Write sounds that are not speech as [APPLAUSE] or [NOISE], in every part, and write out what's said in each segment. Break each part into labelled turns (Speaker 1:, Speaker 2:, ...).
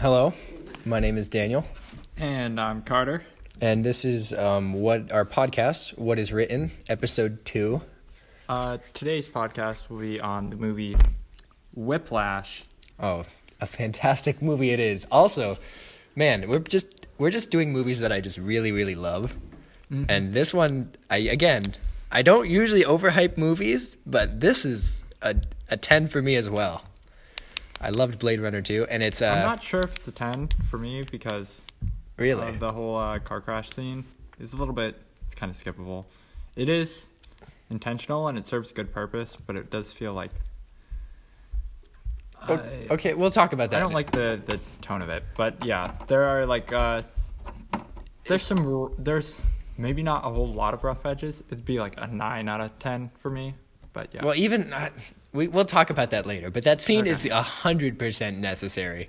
Speaker 1: Hello, my name is Daniel,
Speaker 2: And I'm Carter.
Speaker 1: and this is um, what our podcast, What Is Written, episode two.
Speaker 2: Uh, today's podcast will be on the movie Whiplash.
Speaker 1: Oh, a fantastic [LAUGHS] movie it is. Also, man, we're just we're just doing movies that I just really really love,
Speaker 2: Mm-hmm.
Speaker 1: and this one, I again, I don't usually overhype movies, but this is a a ten for me as well. I loved Blade Runner too, and it's uh,
Speaker 2: I'm not sure if it's a 10 for me because uh,
Speaker 1: really
Speaker 2: the whole uh, car crash scene is a little bit, it's kind of skippable. It is intentional and it serves a good purpose, but it does feel like.
Speaker 1: O- okay. We'll talk about Oh, that.
Speaker 2: I
Speaker 1: in
Speaker 2: don't
Speaker 1: a-
Speaker 2: like the, the tone of it, but yeah, there are like uh, there's some r- there's maybe not a whole lot of rough edges. It'd be like a nine out of ten for me, but yeah.
Speaker 1: Well, even not, we we'll talk about that later. But that scene
Speaker 2: Okay.
Speaker 1: is is hundred percent necessary.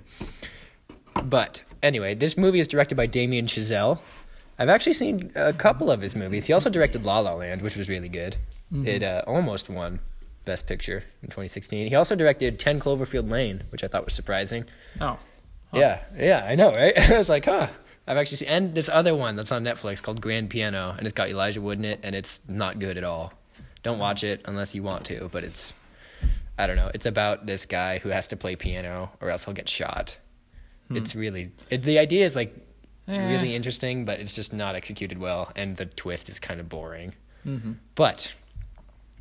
Speaker 1: But anyway, this movie is directed by Damien Chazelle. I've actually seen a couple of his movies. He also directed La La Land, which was really good.
Speaker 2: Mm-hmm.
Speaker 1: It uh, almost won Best Picture in 2016. He also directed 10 Cloverfield Lane, which I thought was surprising.
Speaker 2: Oh,
Speaker 1: Yeah, yeah, I know, right? [LAUGHS] I was like, huh. I've actually seen, and this other one that's on Netflix called Grand Piano, and it's got Elijah Wood in it, and it's not good at all. Don't watch it unless you want to, but it's, I don't know, it's about this guy who has to play piano or else he'll get shot. It's really, it, the idea is like really
Speaker 2: Eh.
Speaker 1: interesting, but it's just not executed well, and the twist is kind of boring. Mm-hmm. But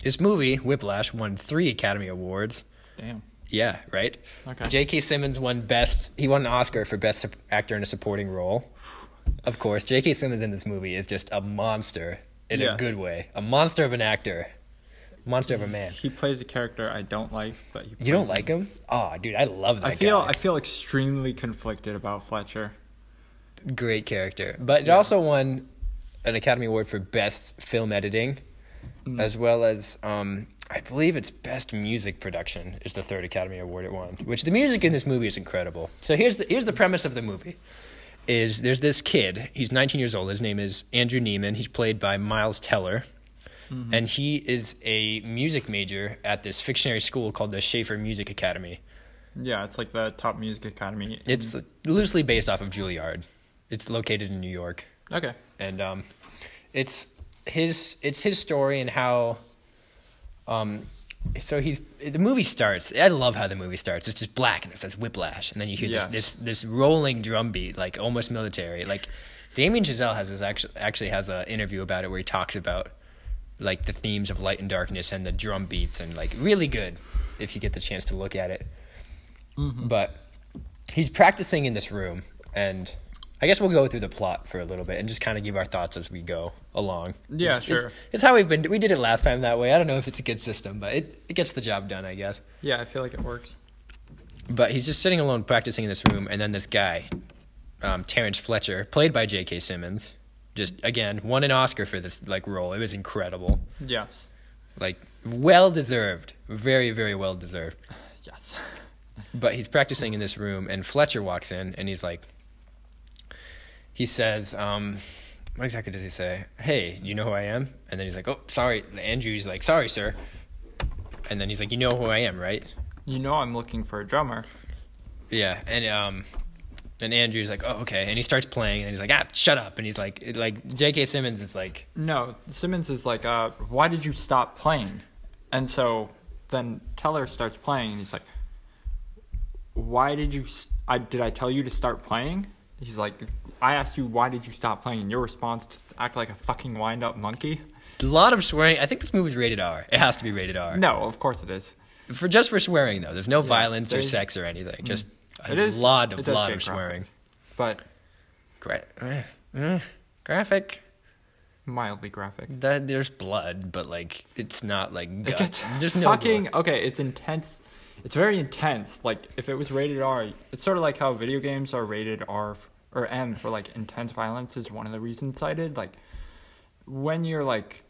Speaker 1: this movie, Whiplash, won three Academy Awards.
Speaker 2: damn.
Speaker 1: Yeah, right.
Speaker 2: Okay.
Speaker 1: J.K. Simmons won best. He won an Oscar for best Sup- actor in a supporting role. Of course, J.K. Simmons in this movie is just a monster in a
Speaker 2: Yes.
Speaker 1: good way. A monster of an actor, monster of a man.
Speaker 2: He plays a character I don't like, but he
Speaker 1: You don't like him? Oh, dude, I love that
Speaker 2: I feel
Speaker 1: guy.
Speaker 2: I feel extremely conflicted about Fletcher.
Speaker 1: Great character, but it also won an Academy Award for best film editing, as well as um, I believe it's best music production is the third Academy Award it won. Which the music in this movie is incredible. So here's the here's the premise of the movie. is there's this kid. He's 19 years old. His name is Andrew Neiman. He's played by Miles Teller. And he is a music major at this fictionary school called the Schaefer Music Academy.
Speaker 2: Yeah, it's like the top music academy. in-
Speaker 1: It's loosely based off of Juilliard. It's located in New York.
Speaker 2: okay.
Speaker 1: And um, it's his it's his story and how um so he's the movie starts. I love how the movie starts. It's just black and it says whiplash, and then you hear
Speaker 2: Yes.
Speaker 1: this this this rolling drum beat, like almost military. Like Damien Chazelle has this actually actually has an interview about it where he talks about like the themes of light and darkness and the drum beats and like really good if you get the chance to look at it. But he's practicing in this room, and I guess we'll go through the plot for a little bit and just kind of give our thoughts as we go along.
Speaker 2: Yeah,
Speaker 1: It's- it's-
Speaker 2: sure.
Speaker 1: it's how we've been. We did it last time that way. I don't know if it's a good system, but it, it gets the job done, I guess.
Speaker 2: Yeah, I feel like it works.
Speaker 1: But he's just sitting alone practicing in this room, and then this guy, um, Terrence Fletcher, played by J.K. Simmons, just again won an Oscar for this like role. It was incredible,
Speaker 2: Yes.
Speaker 1: like well deserved, very very well deserved.
Speaker 2: Yes.
Speaker 1: But he's practicing in this room, and Fletcher walks in, and he's like, he says, um, what exactly does he say? Hey, you know who I am? And then he's like, oh, sorry. Andrew's like, sorry, sir. And then he's like, you know who I am, right?
Speaker 2: You know I'm looking for a drummer.
Speaker 1: Yeah, and um, and Andrew's like, oh, okay, and he starts playing, and he's like, ah, shut up, and he's like, it- like J.K. Simmons is like,
Speaker 2: No, Simmons is like, uh, why did you stop playing? And so then Teller starts playing, and he's like, why did you? s I did I tell you to start playing? He's like, I asked you why did you stop playing, and your response to act like a fucking wind up monkey.
Speaker 1: a lot of swearing. I think this movie's rated R. It has to be rated R.
Speaker 2: No, of course it is.
Speaker 1: For just for swearing though, there's no violence or
Speaker 2: there's- Mm-hmm.
Speaker 1: sex or anything. Just a
Speaker 2: It is-
Speaker 1: lot
Speaker 2: it
Speaker 1: of
Speaker 2: does
Speaker 1: lot
Speaker 2: get
Speaker 1: of
Speaker 2: graphic.
Speaker 1: swearing.
Speaker 2: But
Speaker 1: Gra- eh, eh, graphic.
Speaker 2: mildly graphic.
Speaker 1: That there's blood, but like it's not like
Speaker 2: It
Speaker 1: gut.
Speaker 2: gets
Speaker 1: there's no
Speaker 2: fucking
Speaker 1: blood.
Speaker 2: okay. It's intense. It's very intense. Like if it was rated R, it's sort of like how video games are rated R f- or M for like intense violence is one of the reasons cited. Like when you're like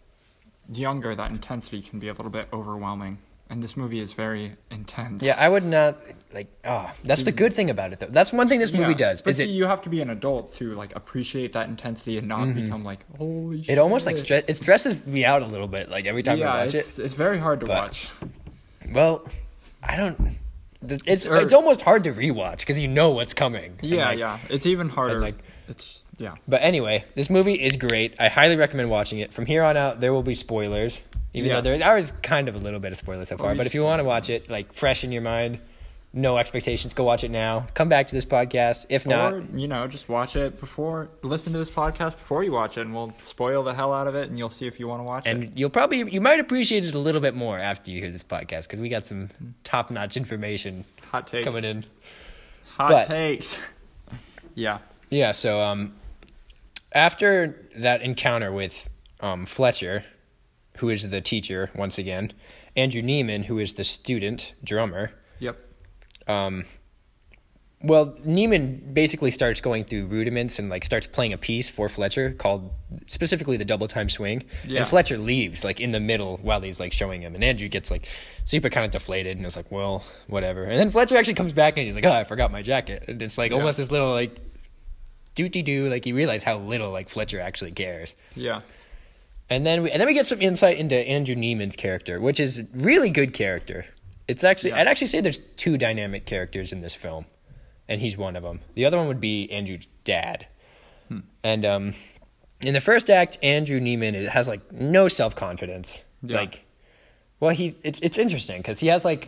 Speaker 2: younger, that intensity can be a little bit overwhelming, and this movie is very intense.
Speaker 1: Yeah, I would not like. Oh, that's the good thing about it though. That's one thing this movie
Speaker 2: Yeah,
Speaker 1: does.
Speaker 2: But
Speaker 1: is
Speaker 2: see,
Speaker 1: it
Speaker 2: you have to be an adult to like appreciate that intensity and not become like holy. shit.
Speaker 1: Mm-hmm. it almost like stre- it stresses me out a little bit. Like every time I
Speaker 2: yeah,
Speaker 1: watch it.
Speaker 2: it's, it's very hard to
Speaker 1: but-
Speaker 2: watch.
Speaker 1: Well, I don't. the- it's
Speaker 2: Or-
Speaker 1: it's almost hard to rewatch because you know what's coming. And,
Speaker 2: Yeah,
Speaker 1: like,
Speaker 2: yeah. It's even harder.
Speaker 1: like-
Speaker 2: it's yeah.
Speaker 1: But anyway, this movie is great. I highly recommend watching it. From here on out, there will be spoilers. Even
Speaker 2: Yeah.
Speaker 1: though there there is kind of a little bit of spoilers so far,
Speaker 2: we
Speaker 1: but if you want to watch it, like fresh in your mind, no expectations, go watch it now. Come back to this podcast. If not,
Speaker 2: or you know, just watch it before. Listen to this podcast before you watch it, and we'll spoil the hell out of it, and you'll see if you want to watch it.
Speaker 1: and you'll probably you might appreciate it a little bit more after you hear this podcast because we got some top notch information
Speaker 2: Hot takes
Speaker 1: coming in.
Speaker 2: Hot
Speaker 1: but-
Speaker 2: takes. [LAUGHS] yeah.
Speaker 1: Yeah, so um, after that encounter with um, Fletcher, who is the teacher once again, Andrew Neiman, who is the student drummer.
Speaker 2: Yep.
Speaker 1: Um, well, Neiman basically starts going through rudiments and like starts playing a piece for Fletcher called specifically the double time swing.
Speaker 2: Yeah.
Speaker 1: And Fletcher leaves like in the middle while he's like showing him, and Andrew gets like super kind of deflated and is like, well, whatever. And then Fletcher actually comes back and he's like, oh, I forgot my jacket, and it's like
Speaker 2: Yeah.
Speaker 1: almost this little like dooty doo. Like you realize how little like Fletcher actually cares.
Speaker 2: Yeah.
Speaker 1: And then we and then we get some insight into Andrew Neiman's character, which is really good character. It's actually
Speaker 2: Yeah.
Speaker 1: I'd actually say there's two dynamic characters in this film, and he's one of them. The other one would be Andrew's dad.
Speaker 2: Hmm.
Speaker 1: And um, in the first act, Andrew Neiman is, has like no self confidence.
Speaker 2: Yeah.
Speaker 1: Like, well, he it's it's interesting because he has like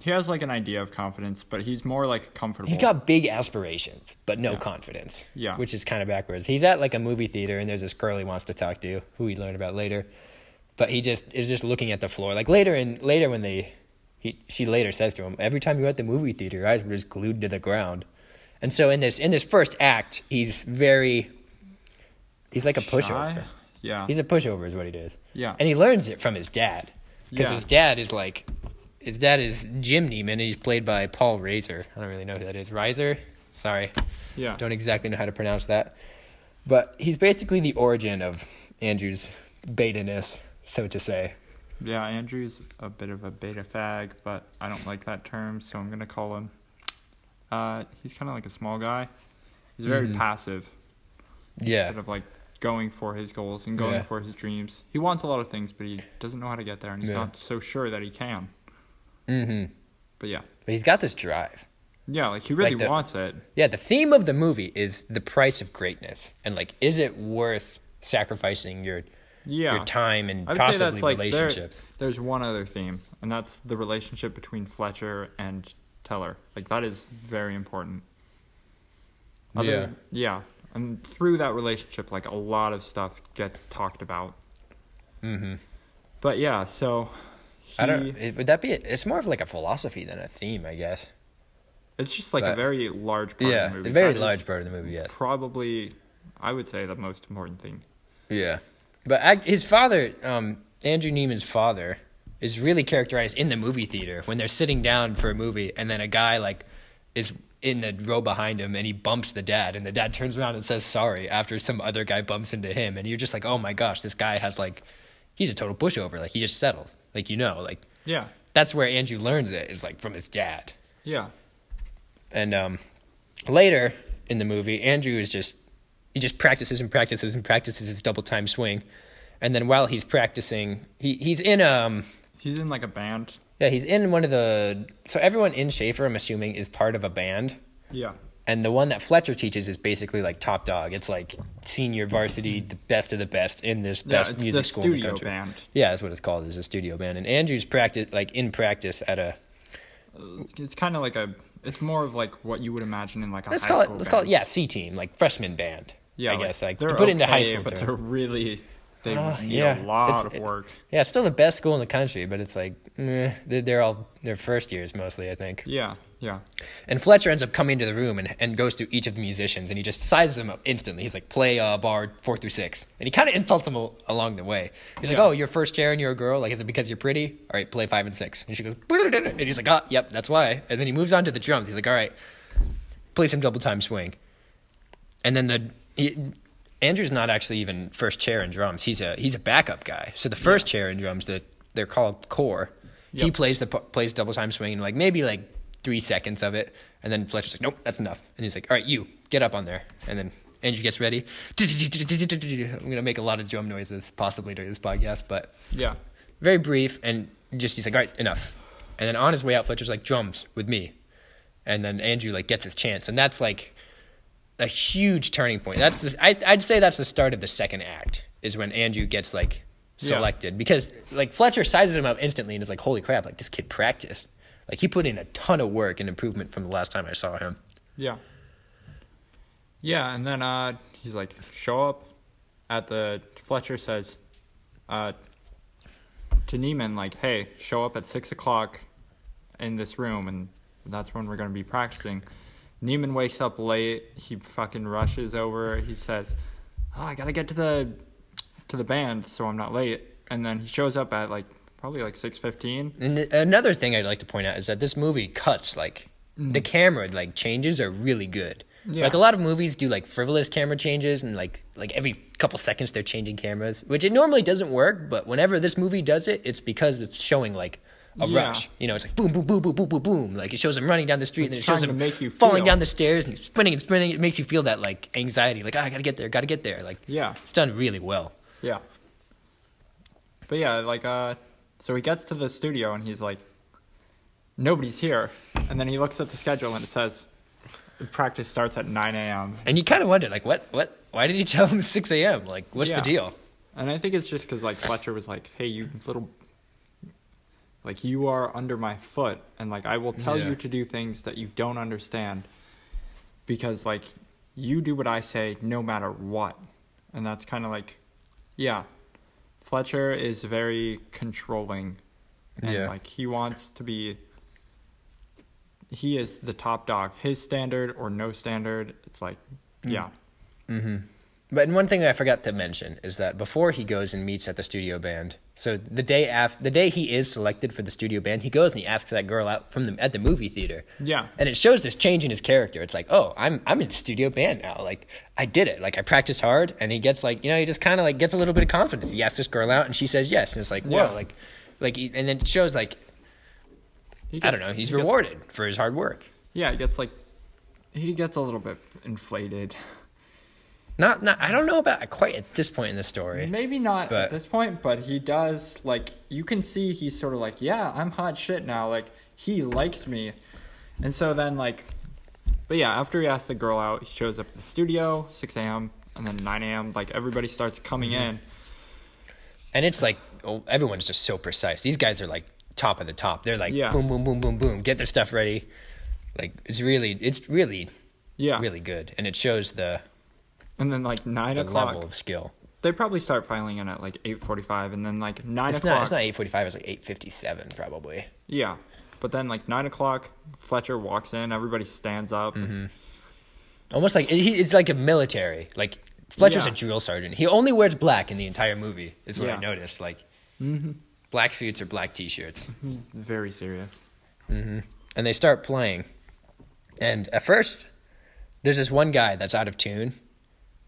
Speaker 2: He has like an idea of confidence, but he's more like comfortable.
Speaker 1: He's got big aspirations, but no confidence.
Speaker 2: Yeah.
Speaker 1: Which is kind of backwards. He's at like a movie theater and there's this girl he wants to talk to, who we learn about later. But he just is just looking at the floor. Like later in later when they he she later says to him, Every time you're at the movie theater, your eyes were just glued to the ground. And so in this in this first act, he's very he's like a pushover.
Speaker 2: Shy? Yeah.
Speaker 1: He's a pushover, is what he does.
Speaker 2: Yeah.
Speaker 1: And he learns it from his dad. Because
Speaker 2: Yeah.
Speaker 1: his dad is like, his dad is Jim Neiman, and he's played by Paul Reiser. I don't really know who that is. Reiser? Sorry.
Speaker 2: yeah.
Speaker 1: Don't exactly know how to pronounce that. But he's basically the origin of Andrew's beta ness, so to say.
Speaker 2: Yeah, Andrew's a bit of a beta fag, but I don't like that term, so I'm gonna call him. Uh, he's kind of like a small guy. He's very
Speaker 1: Mm-hmm.
Speaker 2: passive,
Speaker 1: Yeah.
Speaker 2: sort of like going for his goals and going
Speaker 1: Yeah.
Speaker 2: for his dreams. He wants a lot of things, but he doesn't know how to get there, and he's
Speaker 1: Yeah.
Speaker 2: not so sure that he can.
Speaker 1: hmm
Speaker 2: But yeah,
Speaker 1: But he's got this drive.
Speaker 2: yeah, like he really
Speaker 1: Like the-
Speaker 2: wants it.
Speaker 1: Yeah, the theme of the movie is the price of greatness. And, like, is it worth sacrificing your,
Speaker 2: Yeah,
Speaker 1: your time and
Speaker 2: I would say
Speaker 1: possibly
Speaker 2: that's like there-
Speaker 1: relationships?
Speaker 2: there's one other theme, and that's the relationship between Fletcher and Teller. Like that is very important.
Speaker 1: Yeah.
Speaker 2: Yeah. And through that relationship, like a lot of stuff gets talked about.
Speaker 1: Mm-hmm.
Speaker 2: But yeah, so he,
Speaker 1: I don't. It, would that be? It's more of like a philosophy than a theme, I guess.
Speaker 2: it's just like a
Speaker 1: but-
Speaker 2: very large part
Speaker 1: yeah,
Speaker 2: of the movie.
Speaker 1: a very
Speaker 2: That is
Speaker 1: large part of the movie. Yes.
Speaker 2: Probably, I would say the most important thing.
Speaker 1: Yeah, but I, his father, um, Andrew Neiman's father, is really characterized in the movie theater when they're sitting down for a movie, and then a guy like is in the row behind him, and he bumps the dad, and the dad turns around and says sorry after some other guy bumps into him, and you're just like, oh my gosh, this guy has like, he's a total pushover. Like he just settled. Like you know, like
Speaker 2: Yeah.
Speaker 1: that's where Andrew learns it is like from his dad.
Speaker 2: Yeah.
Speaker 1: And um, later in the movie, Andrew is just he just practices and practices and practices his double time swing, and then while he's practicing, he he's in um
Speaker 2: He's in like a band.
Speaker 1: yeah he's in one of the so everyone in Schaefer I'm assuming is part of a band,
Speaker 2: Yeah.
Speaker 1: and the one that Fletcher teaches is basically like top dog. It's like senior varsity, the best of the best in this
Speaker 2: Yeah,
Speaker 1: best
Speaker 2: it's
Speaker 1: music
Speaker 2: the
Speaker 1: school in the
Speaker 2: studio
Speaker 1: country.
Speaker 2: band.
Speaker 1: Yeah, that's what it's called. It's a studio band, and Andrew's practice like in practice at a
Speaker 2: It's kind of like a. It's more of like what you would imagine in like a
Speaker 1: let's
Speaker 2: high
Speaker 1: call it
Speaker 2: school
Speaker 1: let's call it
Speaker 2: band.
Speaker 1: yeah C team like freshman band. I
Speaker 2: like,
Speaker 1: guess like to
Speaker 2: they're
Speaker 1: put it into high
Speaker 2: okay,
Speaker 1: school.
Speaker 2: but
Speaker 1: terms.
Speaker 2: they're really they
Speaker 1: Ah,
Speaker 2: need
Speaker 1: yeah.
Speaker 2: a lot
Speaker 1: It's-
Speaker 2: of work.
Speaker 1: Yeah, it's still the best school in the country, but it's like eh, they're, they're all their first years mostly, I think.
Speaker 2: yeah. Yeah.
Speaker 1: And Fletcher ends up coming to the room and, and goes to each of the musicians, and he just sizes them up instantly. He's like, "Play uh, bar four through six. and he kind of insults them al- along the way. He's like,
Speaker 2: Yeah.
Speaker 1: "Oh, you're first chair and you're a girl. Like, is it because you're pretty? All right, play five and six. And she goes, "Brrrr," and he's like, "Ah, yep, that's why." And then he moves on to the drums. He's like, "All right, play some double time swing." And then the he, Andrew's not actually even first chair in drums. He's a he's a backup guy. So the first chair in drums that they're called core. He
Speaker 2: Yep.
Speaker 1: plays the p- plays double time swing and like maybe like three seconds of it, and then Fletcher's like, nope, that's enough. And he's like, all right, you get up on there, and then Andrew gets ready. [LAUGHS] I'm gonna make a lot of drum noises possibly during this podcast, but
Speaker 2: Yeah.
Speaker 1: very brief and just he's like, all right, enough. And then on his way out, Fletcher's like drums with me, and then Andrew like gets his chance, and that's like a huge turning point. That's the, I, I'd say that's the start of the second act is when Andrew gets like
Speaker 2: Yeah.
Speaker 1: selected because like Fletcher sizes him up instantly and is like, holy crap, like this kid practiced. Like he put in a ton of work and improvement from the last time I saw him.
Speaker 2: Yeah. Yeah, and then uh, he's like, show up at the. Fletcher says uh, to Neiman, like, hey, show up at 6 o'clock in this room, and that's when we're going to be practicing. Neiman wakes up late. He fucking rushes over. He says, oh, I got to get to the to the band so I'm not late. And then he shows up at like probably like 6:15.
Speaker 1: And th- another thing I'd like to point out is that this movie cuts like the camera like changes are really good.
Speaker 2: Mm. Yeah.
Speaker 1: Like a lot of movies do like frivolous camera changes and like like every couple seconds they're changing cameras, which it normally doesn't work, but whenever this movie does it, it's because it's showing like a
Speaker 2: Yeah.
Speaker 1: rush. You know, it's like boom boom boom boom boom boom boom. Like it shows him running down the street and it
Speaker 2: It's
Speaker 1: shows
Speaker 2: trying to
Speaker 1: him
Speaker 2: make you
Speaker 1: falling
Speaker 2: feel.
Speaker 1: down the stairs and he's sprinting and sprinting. It makes you feel that like anxiety, like "Ah, I gotta get there, gotta get there. Like
Speaker 2: Yeah.
Speaker 1: it's done really well.
Speaker 2: Yeah. But yeah, like uh so he gets to the studio and he's like nobody's here. And then he looks at the schedule and it says practice starts at 9 a.m.
Speaker 1: And you kind of wonder like what what why did he tell him [LAUGHS] six a.m. Like what's
Speaker 2: Yeah.
Speaker 1: the deal?
Speaker 2: And I think it's just cuz like Fletcher was like, "Hey, you little like you are under my foot and like I will tell
Speaker 1: Yeah.
Speaker 2: you to do things that you don't understand because like you do what I say no matter what." And that's kind of like yeah. Fletcher is very controlling and
Speaker 1: Yeah.
Speaker 2: like he wants to be he is the top dog. His standard or no standard, it's like
Speaker 1: Hmm.
Speaker 2: yeah.
Speaker 1: But and one thing I forgot to mention is that before he goes and meets at the studio band, so the day after, the day he is selected for the studio band, he goes and he asks that girl out from the at the movie theater.
Speaker 2: Yeah.
Speaker 1: And it shows this change in his character. It's like, oh, I'm I'm in studio band now. Like I did it. Like I practiced hard, and he gets like you know he just kind of like gets a little bit of confidence. He asks this girl out, and she says yes, and it's like whoa,
Speaker 2: Yeah.
Speaker 1: like like he- and then it shows like
Speaker 2: He
Speaker 1: I don't
Speaker 2: gets-
Speaker 1: know, he's
Speaker 2: he gets-
Speaker 1: rewarded for his hard work.
Speaker 2: Yeah, it gets like he gets a little bit inflated.
Speaker 1: Not not I don't know about quite at this point in the story.
Speaker 2: Maybe not
Speaker 1: But-
Speaker 2: at this point, but he does like you can see he's sort of like, yeah, I'm hot shit now. Like he likes me, and so then like, but yeah, after he asks the girl out, he shows up at the studio 6 a.m. and then 9 a.m. Like everybody starts coming
Speaker 1: Mm-hmm.
Speaker 2: in.
Speaker 1: And it's like oh, everyone's just so precise. These guys are like top of the top. They're like
Speaker 2: Yeah.
Speaker 1: boom, boom, boom, boom, boom. Get their stuff ready. Like it's really, it's really,
Speaker 2: Yeah,
Speaker 1: really good, and it shows the,
Speaker 2: and then like nine
Speaker 1: the
Speaker 2: o'clock,
Speaker 1: level of skill.
Speaker 2: they probably start filing in at like 8:45, and then like nine
Speaker 1: It's
Speaker 2: o'clock.
Speaker 1: not. It's not eight forty-five. It's like eight fifty-seven, probably.
Speaker 2: Yeah. But then, like nine o'clock, Fletcher walks in. Everybody stands up.
Speaker 1: Mm-hmm. Almost like it, he, it's like a military. Like Fletcher's
Speaker 2: Yeah.
Speaker 1: a drill sergeant. He only wears black in the entire movie. Is what I
Speaker 2: Yeah. Mm-hmm.
Speaker 1: noticed. Like black suits or black t-shirts.
Speaker 2: He's very serious.
Speaker 1: and they start playing. And at first, there's this one guy that's out of tune,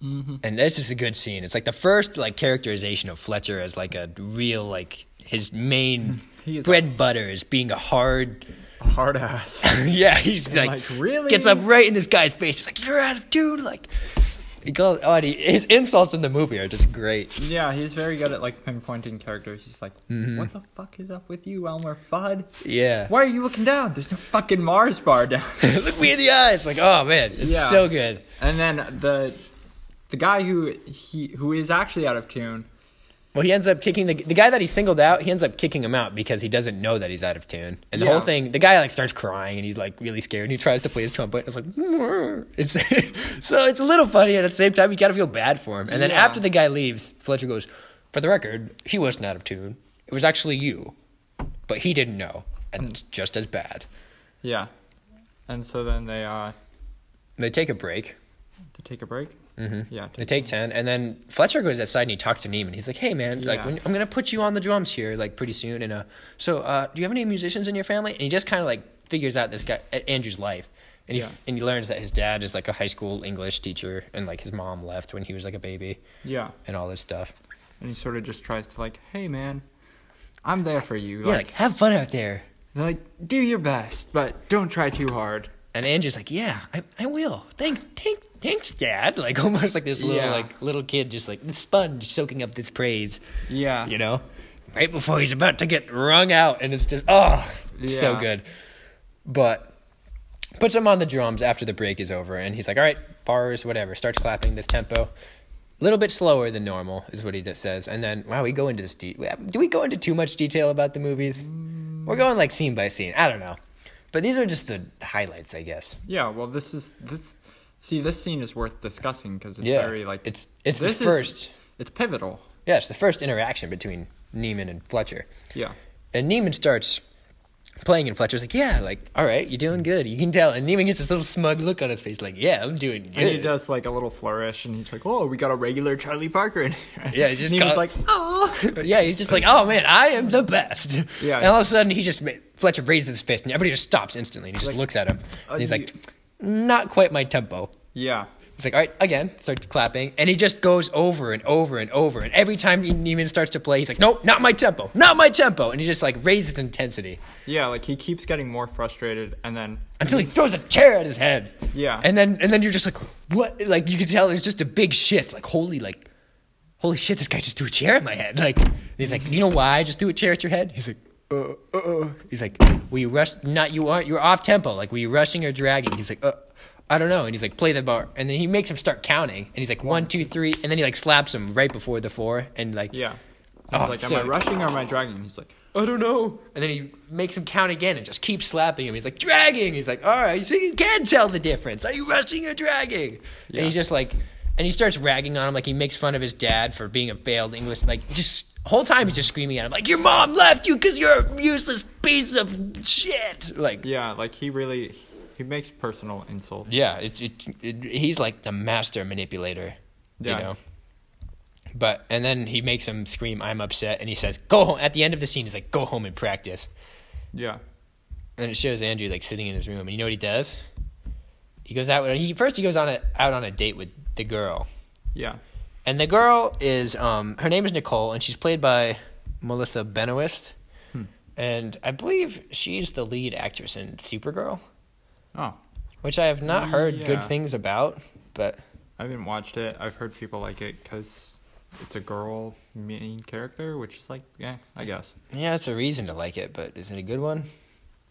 Speaker 2: Mm-hmm.
Speaker 1: and this is a good scene. It's like the first like characterization of Fletcher as like a real like his main
Speaker 2: [LAUGHS] He is
Speaker 1: bread and butter is being a hard. [LAUGHS]
Speaker 2: Hard ass. [LAUGHS]
Speaker 1: yeah, he's like,
Speaker 2: like, "Really?"
Speaker 1: gets up right in this guy's face. He's like, "You're out of tune!" Like he goes, oh, and he, his insults in the movie are just great.
Speaker 2: Yeah, he's very good at like pinpointing characters. He's like, "What the fuck is up with you, Elmer Fudd?
Speaker 1: Yeah,
Speaker 2: Why are you looking down? There's no fucking Mars bar down." [LAUGHS]
Speaker 1: [LAUGHS]
Speaker 2: there."
Speaker 1: look me in the eyes. Like, oh man, it's
Speaker 2: Yeah.
Speaker 1: so good.
Speaker 2: and then the the guy who he who is actually out of tune.
Speaker 1: Well, he ends up kicking the the guy that he singled out. He ends up kicking him out because he doesn't know that he's out of tune. And the
Speaker 2: Yeah.
Speaker 1: whole thing, the guy like starts crying and he's like really scared. And he tries to play his trumpet. And it's like "Mwah." it's [LAUGHS] so it's a little funny and at the same time you gotta feel bad for him. And then
Speaker 2: Yeah.
Speaker 1: after the guy leaves, Fletcher goes, "For the record, he wasn't out of tune. It was actually you, but he didn't know, and it's just as bad."
Speaker 2: Yeah. And so then they uh
Speaker 1: They take a break.
Speaker 2: they take a break. Mm-hmm. Yeah.
Speaker 1: They take ten, and then Fletcher goes outside and he talks to Neiman. He's like, "Hey, man, like
Speaker 2: Yeah.
Speaker 1: when, I'm gonna put you on the drums here, like pretty soon." And uh, so uh, do you have any musicians in your family? And he just kind of like figures out this guy A- Andrew's life, and he
Speaker 2: Yeah.
Speaker 1: and he learns that his dad is like a high school English teacher, and like his mom left when he was like a baby,
Speaker 2: yeah.
Speaker 1: and all this stuff.
Speaker 2: And he sort of just tries to like, "Hey, man, I'm there for you.
Speaker 1: yeah,
Speaker 2: Like,
Speaker 1: like have fun out there.
Speaker 2: like do your best, but don't try too hard."
Speaker 1: And Andrew's like, "Yeah, I, I will. Thanks, thanks, thanks, Dad." [LAUGHS] Like almost like this little
Speaker 2: Yeah.
Speaker 1: like little kid just like the sponge soaking up this praise.
Speaker 2: Yeah.
Speaker 1: you know, right before he's about to get wrung out, and it's just oh, so
Speaker 2: Yeah.
Speaker 1: good. But puts him on the drums after the break is over, and he's like, "All right, bars, whatever." Starts clapping this tempo, a little bit slower than normal is what he just says. And then, wow, we go into this. De- do we go into too much detail about the movies? We're going like scene by scene. I don't know, but these are just the highlights, I guess.
Speaker 2: Yeah, well, this is this. See, this scene is worth discussing because it's
Speaker 1: Yeah,
Speaker 2: very like
Speaker 1: it's- it's the
Speaker 2: this is-
Speaker 1: first-
Speaker 2: it's pivotal.
Speaker 1: Yeah, it's the first interaction between Neiman and Fletcher.
Speaker 2: Yeah,
Speaker 1: And Neiman starts playing, and Fletcher's like, "Yeah, like, all right, you're doing good. You can tell." And Neiman gets this little smug look on his face, like, "Yeah, I'm doing good."
Speaker 2: and he does like a little flourish, and he's like, "Oh, we got a regular Charlie Parker in here."
Speaker 1: Yeah, he's just
Speaker 2: [LAUGHS] and he was
Speaker 1: got-
Speaker 2: like, "Oh."
Speaker 1: But [LAUGHS] yeah, he's just like, "Oh man, I am the best."
Speaker 2: Yeah.
Speaker 1: And all of a sudden, he just ma- Fletcher raises his fist, and everybody just stops instantly. And he just
Speaker 2: Like,
Speaker 1: looks at him,
Speaker 2: uh,
Speaker 1: and he's
Speaker 2: you-
Speaker 1: like, "Not quite my tempo."
Speaker 2: Yeah,
Speaker 1: He's like, all right, again, starts clapping, and he just goes over and over and over. And every time Neiman starts to play, he's like, nope, not my tempo, not my tempo. And he just like raises intensity
Speaker 2: yeah, like he keeps getting more frustrated, and then
Speaker 1: until he throws a chair at his head.
Speaker 2: Yeah.
Speaker 1: And then and then you're just like, what? Like you can tell there's just a big shift. Like holy, like holy shit, this guy just threw a chair at my head. Like and he's like, you know why I just threw a chair at your head? He's like, uh, uh, uh. He's like, were you rush? Not you aren't. You're off tempo. Like were you rushing or dragging? He's like, uh. I don't know, and he's like, play the bar, and then he makes him start counting, and he's like, one, two, three, and then he like slaps him right before the four, and like,
Speaker 2: yeah,
Speaker 1: Oh,
Speaker 2: I was like,
Speaker 1: so-
Speaker 2: "Am I rushing or am I dragging?" And he's like,
Speaker 1: I don't know. And then he makes him count again and just keeps slapping him. He's like, dragging. He's like, all right, so you can tell the difference. Are you rushing or dragging?
Speaker 2: Yeah.
Speaker 1: And he's just like, and he starts ragging on him. Like, he makes fun of his dad for being a failed English. Like, just whole time he's just screaming at him, like, your mom left you because you're a useless piece of shit. Like,
Speaker 2: "Yeah," like he really he makes personal insults.
Speaker 1: yeah, it's it, it, he's like the master manipulator,
Speaker 2: Yeah.
Speaker 1: you know. But and then he makes him scream, "I'm upset," and he says, "Go home." At the end of the scene, he's like, "Go home and practice."
Speaker 2: Yeah,
Speaker 1: and it shows Andrew like sitting in his room, and you know what he does? He goes out. He first he goes on a, out on a date with the girl,
Speaker 2: yeah,
Speaker 1: and the girl is um her name is Nicole, and she's played by Melissa Benoist,
Speaker 2: Hmm.
Speaker 1: and I believe she's the lead actress in Supergirl,
Speaker 2: oh.
Speaker 1: which I have not heard
Speaker 2: Yeah.
Speaker 1: good things about, but
Speaker 2: I haven't watched it. I've heard people like it because it's a girl main character, which is like, yeah, I guess.
Speaker 1: yeah, it's a reason to like it. But is it a good one?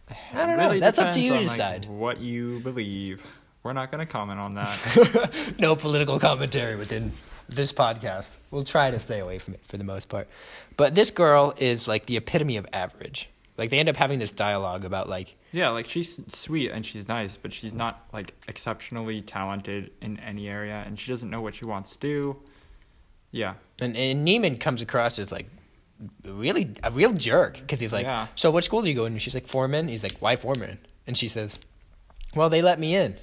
Speaker 1: I
Speaker 2: It
Speaker 1: don't know. That's up to
Speaker 2: depends
Speaker 1: you to
Speaker 2: on, like,
Speaker 1: decide.
Speaker 2: what you believe. We're not going to comment on that.
Speaker 1: [LAUGHS] no political commentary within this podcast. We'll try to stay away from it for the most part. But this girl is like the epitome of average. Like they end up having this dialogue about like
Speaker 2: yeah, like she's sweet and she's nice, but she's not like exceptionally talented in any area, and she doesn't know what she wants to do. Yeah,
Speaker 1: and, and Neiman comes across as like really a real jerk because he's like,
Speaker 2: Yeah.
Speaker 1: so what school do you go in? And she's like Foreman. He's like, why Foreman? And she says, well, they let me in.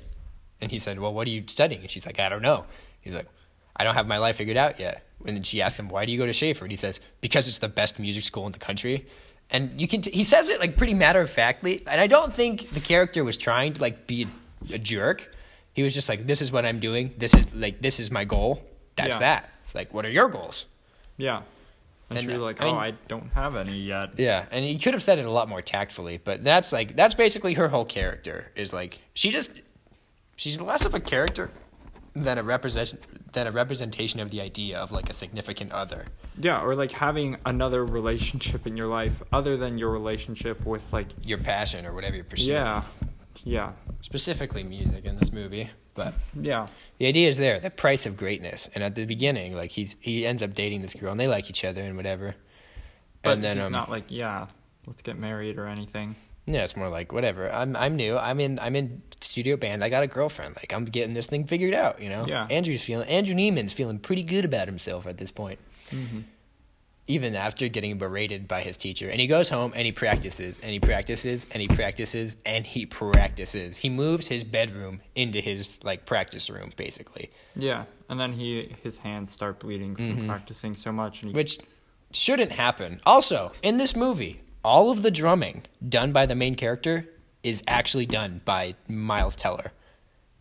Speaker 1: And he said, well, what are you studying? And she's like, I don't know. He's like, I don't have my life figured out yet. And then she asks him, why do you go to Schaefer? And he says, because it's the best music school in the country. And you can t- he says it like pretty matter of factly, and I don't think the character was trying to like be a, a jerk. He was just like, this is what I'm doing. This is like this is my goal. That's
Speaker 2: Yeah.
Speaker 1: that. Like, what are your goals?
Speaker 2: yeah. And, she
Speaker 1: And,
Speaker 2: was
Speaker 1: uh,
Speaker 2: like,
Speaker 1: I
Speaker 2: oh,
Speaker 1: mean-
Speaker 2: I don't have any yet.
Speaker 1: Yeah, and he could have said it a lot more tactfully, but that's like that's basically her whole character is like she just she's less of a character than a represent than a representation of the idea of like a significant other.
Speaker 2: Yeah, or like having another relationship in your life other than your relationship with, like,
Speaker 1: Your passion or whatever you're pursuing.
Speaker 2: yeah, yeah,
Speaker 1: Specifically music in this movie. But
Speaker 2: yeah.
Speaker 1: the idea is there, the price of greatness. And at the beginning, like he's he ends up dating this girl and they like each other and whatever.
Speaker 2: But
Speaker 1: and then
Speaker 2: he's
Speaker 1: um,
Speaker 2: not like, yeah, let's get married or anything.
Speaker 1: Yeah, it's more like whatever. I'm I'm new. I'm in I'm in studio band. I got a girlfriend. Like I'm getting this thing figured out. You know.
Speaker 2: Yeah.
Speaker 1: Andrew's feeling Andrew Neiman's feeling pretty good about himself at this point. Even after getting berated by his teacher, and he goes home and he practices and he practices and he practices and he practices. He moves his bedroom into his like practice room basically,
Speaker 2: Yeah, and then he his hands start bleeding from practicing so much, and he,
Speaker 1: Mm-hmm. which shouldn't happen. Also, in this movie, all of the drumming done by the main character is actually done by Miles Teller,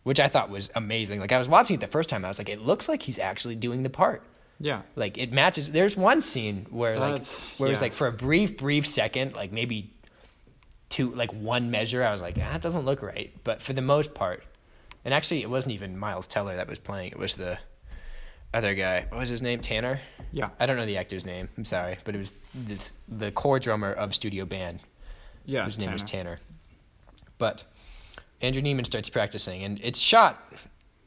Speaker 1: which I thought was amazing. Like I was watching it the first time, I was like, it looks like he's actually doing the part.
Speaker 2: yeah,
Speaker 1: Like it matches. There's one scene where like
Speaker 2: That's-
Speaker 1: where it's
Speaker 2: yeah.
Speaker 1: like for a brief, brief second, like maybe two, like one measure. I was like, ah, it doesn't look right. But for the most part, and actually, it wasn't even Miles Teller that was playing. It was the other guy. What was his name? Tanner.
Speaker 2: Yeah.
Speaker 1: I don't know the actor's name. I'm sorry, but it was this the core drummer of Studio Band.
Speaker 2: Yeah,
Speaker 1: whose name was
Speaker 2: Tanner.
Speaker 1: Tanner. But Andrew Neiman starts practicing, and it's shot.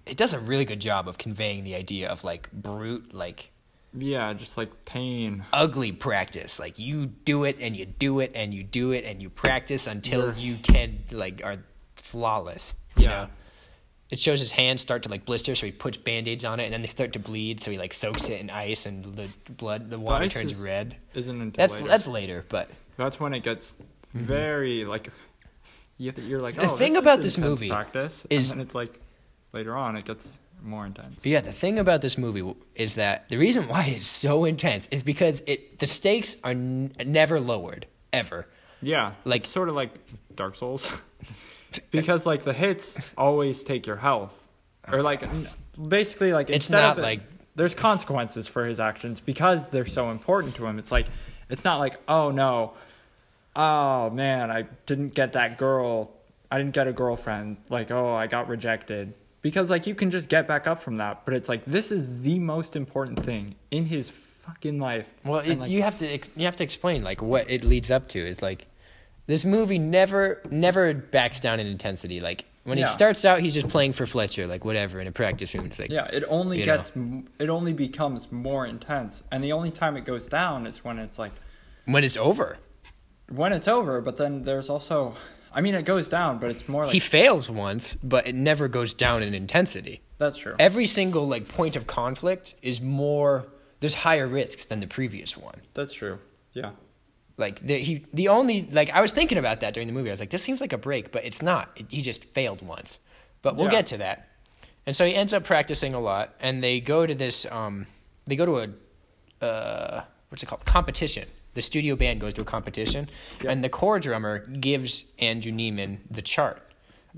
Speaker 1: It does a really good job of conveying the idea of like brute, like
Speaker 2: Yeah, just like pain.
Speaker 1: ugly practice. Like you do it and you do it and you do it and you practice until you can like are flawless. You
Speaker 2: Yeah.
Speaker 1: know? It shows his hands start to like blister, so he puts band-aids on it and then they start to bleed, so he like soaks it in ice and the blood the water
Speaker 2: ice
Speaker 1: turns
Speaker 2: is-
Speaker 1: red.
Speaker 2: Isn't until
Speaker 1: That's
Speaker 2: later.
Speaker 1: that's later, but
Speaker 2: That's when it gets very like you have to, you're like
Speaker 1: The
Speaker 2: oh,
Speaker 1: thing
Speaker 2: this is
Speaker 1: about this
Speaker 2: intense
Speaker 1: movie
Speaker 2: practice
Speaker 1: is-
Speaker 2: and then it's like later on it gets more intense.
Speaker 1: But yeah, the thing about this movie w- is that the reason why it's so intense is because it the stakes are n- never lowered ever.
Speaker 2: Yeah,
Speaker 1: Like-
Speaker 2: it's sort of like Dark Souls [LAUGHS] because like the hits always take your health or like n- basically like
Speaker 1: Oh It's
Speaker 2: instead
Speaker 1: not
Speaker 2: of it-
Speaker 1: like-
Speaker 2: there's consequences for his actions because they're so important to him. It's like it's not like oh no, oh man, I didn't get that girl. I didn't get a girlfriend. Like, oh, I got rejected. Because, like, you can just get back up from that. But it's like, this is the most important thing in his fucking life.
Speaker 1: Well,
Speaker 2: And,
Speaker 1: it,
Speaker 2: like,
Speaker 1: you have to ex- you have to explain like what it leads up to. It's like this movie never never backs down in intensity. Like when
Speaker 2: Yeah.
Speaker 1: he starts out, he's just playing for Fletcher, like whatever in a practice room. It's like
Speaker 2: Yeah, it only
Speaker 1: you know.
Speaker 2: gets, m it only becomes more intense. And the only time it goes down is when it's like,
Speaker 1: when it's over,
Speaker 2: when it's over. But then there's also, I mean, it goes down, but it's more like,
Speaker 1: he fails once, but it never goes down in intensity.
Speaker 2: that's true.
Speaker 1: Every single like point of conflict is more. There's higher risks than the previous one.
Speaker 2: That's true. Yeah.
Speaker 1: Like the he the only like I was thinking about that during the movie. I was like, this seems like a break, but it's not. It, he just failed once. But we'll
Speaker 2: Yeah.
Speaker 1: get to that. And so he ends up practicing a lot, and they go to this um they go to a uh what's it called competition. The studio band goes to a competition, and the core drummer gives Andrew Neiman the chart.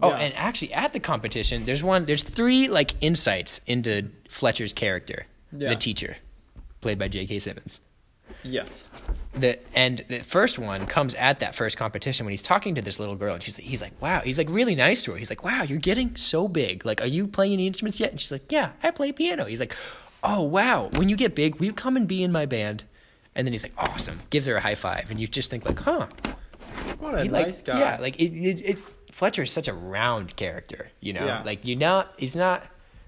Speaker 1: Oh,
Speaker 2: Yeah.
Speaker 1: and actually at the competition, there's one there's three like insights into Fletcher's character,
Speaker 2: Yeah.
Speaker 1: the teacher, played by J.K. Simmons
Speaker 2: Yes.
Speaker 1: the and the first one comes at that first competition when he's talking to this little girl and she's he's like wow he's like really nice to her he's like wow you're getting so big like are you playing any instruments yet and she's like yeah I play piano he's like oh wow when you get big will you come and be in my band and then he's like awesome gives her a high five and you just think like huh
Speaker 2: What a
Speaker 1: he, like,
Speaker 2: nice guy.
Speaker 1: yeah like it, it, it Fletcher is such a round character you know
Speaker 2: Yeah.
Speaker 1: like you're not he's not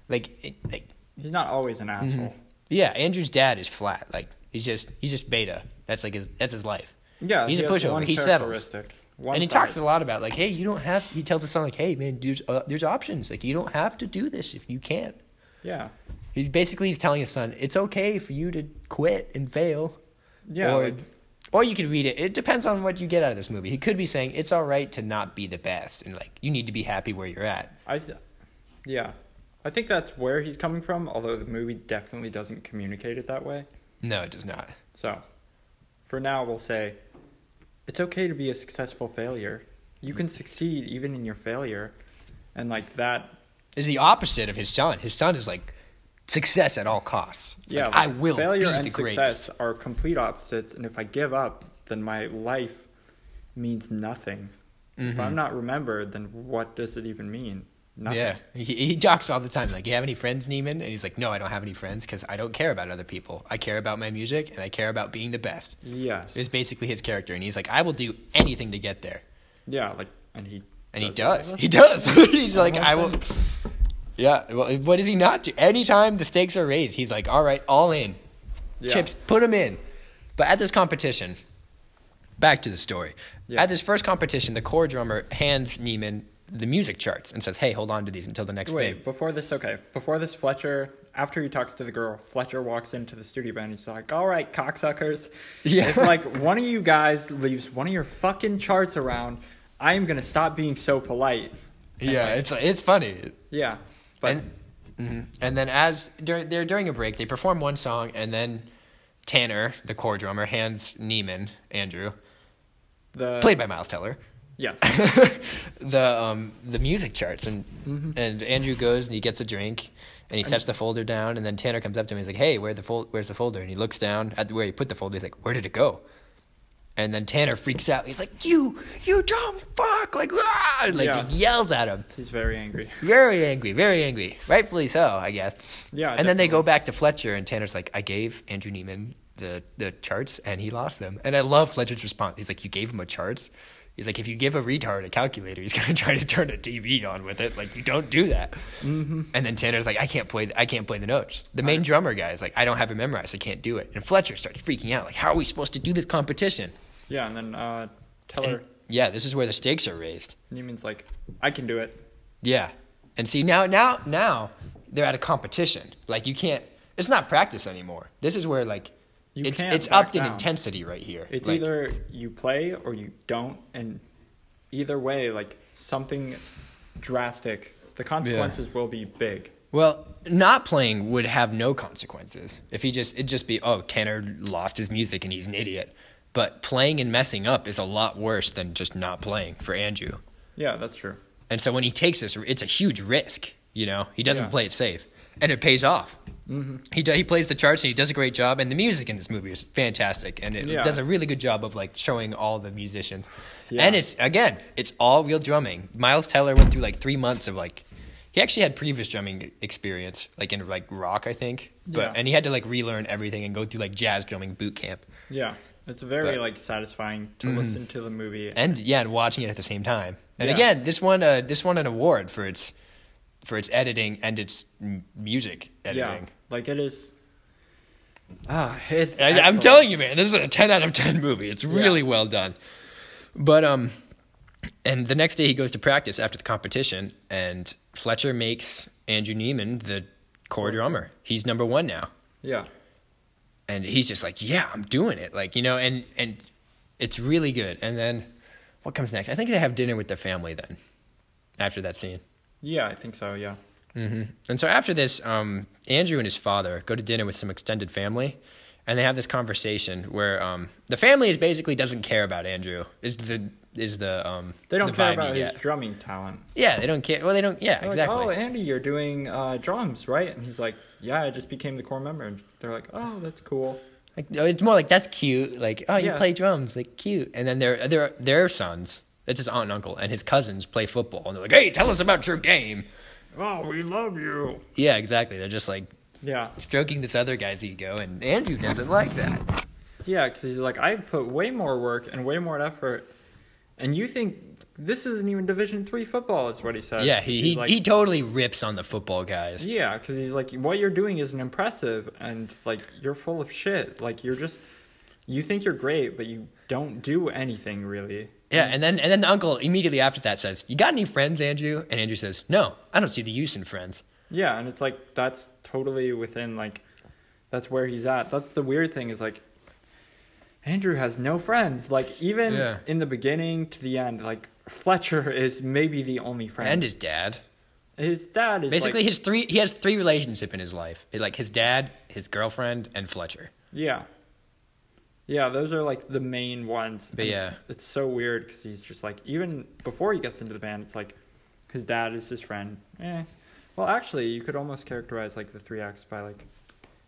Speaker 1: like it, like
Speaker 2: He's not always an
Speaker 1: Mm-hmm.
Speaker 2: asshole.
Speaker 1: yeah Andrew's dad is flat like he's just he's just beta that's like his that's his life
Speaker 2: Yeah,
Speaker 1: he's
Speaker 2: he
Speaker 1: a
Speaker 2: has
Speaker 1: pushover
Speaker 2: one
Speaker 1: he settles
Speaker 2: characteristic. One
Speaker 1: and he
Speaker 2: side.
Speaker 1: talks a lot about like, hey, you don't have. He tells his son like, hey, man, there's uh, there's options. Like you don't have to do this if you can't.
Speaker 2: Yeah,
Speaker 1: He's basically he's telling his son it's okay for you to quit and fail.
Speaker 2: yeah,
Speaker 1: Or,
Speaker 2: like,
Speaker 1: or you could read it. It depends on what you get out of this movie. He could be saying it's all right to not be the best and like you need to be happy where you're at.
Speaker 2: I, th- yeah, I think that's where he's coming from. Although the movie definitely doesn't communicate it that way.
Speaker 1: No, it does not.
Speaker 2: So, for now, we'll say it's okay to be a successful failure. You can succeed even in your failure, and like that.
Speaker 1: It's the opposite of his son. His son is like success at all costs. Like,
Speaker 2: Yeah,
Speaker 1: I will be
Speaker 2: Failure
Speaker 1: the
Speaker 2: and
Speaker 1: greatest.
Speaker 2: success are complete opposites, and if I give up, then my life means nothing. If I'm not remembered, then what does it even mean? Nothing.
Speaker 1: Mm-hmm. Yeah, he, he talks all the time. Like, you have any friends, Neiman? And he's like, No, I don't have any friends because I don't care about other people. I care about my music and I care about being the best.
Speaker 2: Yes.
Speaker 1: It's basically his character, and he's like, I will do anything to get there,
Speaker 2: Yeah, like, and he Oh.
Speaker 1: and he
Speaker 2: that
Speaker 1: does.
Speaker 2: with
Speaker 1: He
Speaker 2: us?
Speaker 1: does. [LAUGHS] he's like, I
Speaker 2: [LAUGHS]
Speaker 1: will.
Speaker 2: Almost.
Speaker 1: Yeah. Well, what does he not do? Anytime the stakes are raised, he's like, All right, all in.
Speaker 2: Yeah.
Speaker 1: Chips, put him in. But at this competition, back to the story.
Speaker 2: Yeah.
Speaker 1: At this first competition, the core drummer hands Neiman the music charts and says, Hey, hold on to these until the next
Speaker 2: Wait,
Speaker 1: thing.
Speaker 2: before this, okay, before this, Fletcher. After he talks to the girl, Fletcher walks into the studio band. He's like, "All right, cocksuckers.
Speaker 1: Yeah.
Speaker 2: If like one of you guys leaves one of your fucking charts around, I am gonna stop being so polite."
Speaker 1: Yeah, it's it's funny.
Speaker 2: Yeah, but
Speaker 1: and, mhm. and then as during they're during a break, they perform one song, and then Tanner, the core drummer, hands Neiman Andrew,
Speaker 2: the
Speaker 1: played by Miles Teller,
Speaker 2: yes,
Speaker 1: the um the music charts, and
Speaker 2: Mm-hmm.
Speaker 1: and Andrew goes and he gets a drink, and he sets the folder down, and then Tanner comes up to him, he's like, hey, where the fol- where's the folder? And he looks down at where he put the folder, he's like, where did it go? And then Tanner freaks out. He's like, "You, you dumb fuck!" Like, ah! like
Speaker 2: Yeah.
Speaker 1: he yells at him.
Speaker 2: he's very angry.
Speaker 1: Very angry, very angry. Rightfully so, I guess.
Speaker 2: Yeah,
Speaker 1: And then they go back to Fletcher, and Tanner's like, I gave Andrew Neiman the, the charts, and he lost them. And I love Fletcher's response. He's like, You gave him a charts? He's like, if you give a retard a calculator, he's [LAUGHS] gonna try to turn a TV on with it. Like, you don't do that. Mm-hmm. And then Tanner's like, I can't play. th- I can't play the notes. The main drummer guy is like, I don't have it memorized. I can't do it. And Fletcher starts freaking out. Like, how are we supposed to do this competition?
Speaker 2: Yeah, and then uh, Teller
Speaker 1: And- yeah, this is where the stakes are raised.
Speaker 2: Neiman's like, I can do it.
Speaker 1: Yeah. And see now now now they're at a competition. Like you can't it's not practice anymore. This is where like
Speaker 2: You
Speaker 1: it's
Speaker 2: can't
Speaker 1: it's
Speaker 2: back
Speaker 1: upped in
Speaker 2: down.
Speaker 1: intensity right here.
Speaker 2: It's
Speaker 1: Like,
Speaker 2: either you play or you don't, and either way, like something drastic, the consequences will be big.
Speaker 1: Well, not playing would have no consequences. If he just it'd just be, oh, Tanner lost his music and he's an idiot. But playing and messing up is a lot worse than just not playing for Andrew.
Speaker 2: Yeah, that's true.
Speaker 1: And so when he takes this, it's a huge risk. You know, he doesn't
Speaker 2: Yeah. Mm-hmm.
Speaker 1: play it safe, and it pays off. He do, he plays the charts and he does a great job, and the music in this movie is fantastic, and it
Speaker 2: Yeah.
Speaker 1: does a really good job of like showing all the musicians.
Speaker 2: Yeah.
Speaker 1: And it's again, it's all real drumming. Miles Teller went through like three months of like. He actually had previous drumming experience, like in like rock, I think. But
Speaker 2: Yeah.
Speaker 1: and he had to like relearn everything and go through like jazz drumming boot camp.
Speaker 2: Yeah, it's very
Speaker 1: But- Mm-hmm.
Speaker 2: like satisfying to listen to the movie.
Speaker 1: and yeah, and watching it at the same time. And
Speaker 2: Yeah.
Speaker 1: again, this won uh, this won an award for its for its editing and its m- music
Speaker 2: yeah,
Speaker 1: editing.
Speaker 2: like it is. Ah, it's.
Speaker 1: I, I'm
Speaker 2: excellent.
Speaker 1: telling you, man, this is a ten out of ten movie. It's really
Speaker 2: Yeah.
Speaker 1: well done. But um, and the next day he goes to practice after the competition, and Fletcher makes Andrew Neiman the core drummer. He's number one now.
Speaker 2: Yeah,
Speaker 1: and he's just like, "Yeah, I'm doing it." Like you know, and and it's really good. And then what comes next? I think they have dinner with the family then after that scene.
Speaker 2: yeah, I think so. Yeah,
Speaker 1: And so after this, um, Andrew and his father go to dinner with some extended family, and they have this conversation where um, the family is basically doesn't care about Andrew. Is the is the um
Speaker 2: they don't
Speaker 1: the
Speaker 2: care
Speaker 1: vibe
Speaker 2: about
Speaker 1: you
Speaker 2: his
Speaker 1: get.
Speaker 2: drumming talent.
Speaker 1: yeah they don't care well they don't yeah
Speaker 2: They're
Speaker 1: exactly
Speaker 2: Like, oh, Andy, you're doing uh, drums, right? And he's like, Yeah, I just became the core member. And they're like, Oh, that's cool.
Speaker 1: Like, oh, it's more like that's cute. Like, oh, you
Speaker 2: Yeah.
Speaker 1: play drums, like cute. And then their their their sons, it's his aunt and uncle, and his cousins play football, and they're like, hey, tell us about your game.
Speaker 2: Oh, we love you.
Speaker 1: Yeah, exactly. They're just like
Speaker 2: Yeah,
Speaker 1: stroking this other guy's ego, and Andrew doesn't like that.
Speaker 2: yeah, because he's like, I put way more work and way more effort, and you think this isn't even Division three football? Is what he said.
Speaker 1: Yeah, he
Speaker 2: He's
Speaker 1: he,
Speaker 2: like,
Speaker 1: he totally rips on the football guys.
Speaker 2: Yeah, because he's like, what you're doing isn't impressive, and like you're full of shit. Like you're just, you think you're great, but you don't do anything really.
Speaker 1: Yeah, and then and then the uncle immediately after that says, "You got any friends, Andrew?" And Andrew says, "No, I don't see the use in friends."
Speaker 2: Yeah, and it's like that's totally within like that's where he's at. That's the weird thing is like Andrew has no friends. Like even
Speaker 1: Yeah.
Speaker 2: in the beginning to the end, like Fletcher is maybe the only friend.
Speaker 1: And his dad.
Speaker 2: his dad is
Speaker 1: Basically,
Speaker 2: like,
Speaker 1: his three he has three relationships in his life. Like his dad, his girlfriend, and Fletcher.
Speaker 2: yeah. Yeah, those are like the main ones.
Speaker 1: But
Speaker 2: And
Speaker 1: yeah.
Speaker 2: it's, it's so weird because he's just like even before he gets into the band, it's like his dad is his friend. Eh. Well, actually, you could almost characterize like the three acts by like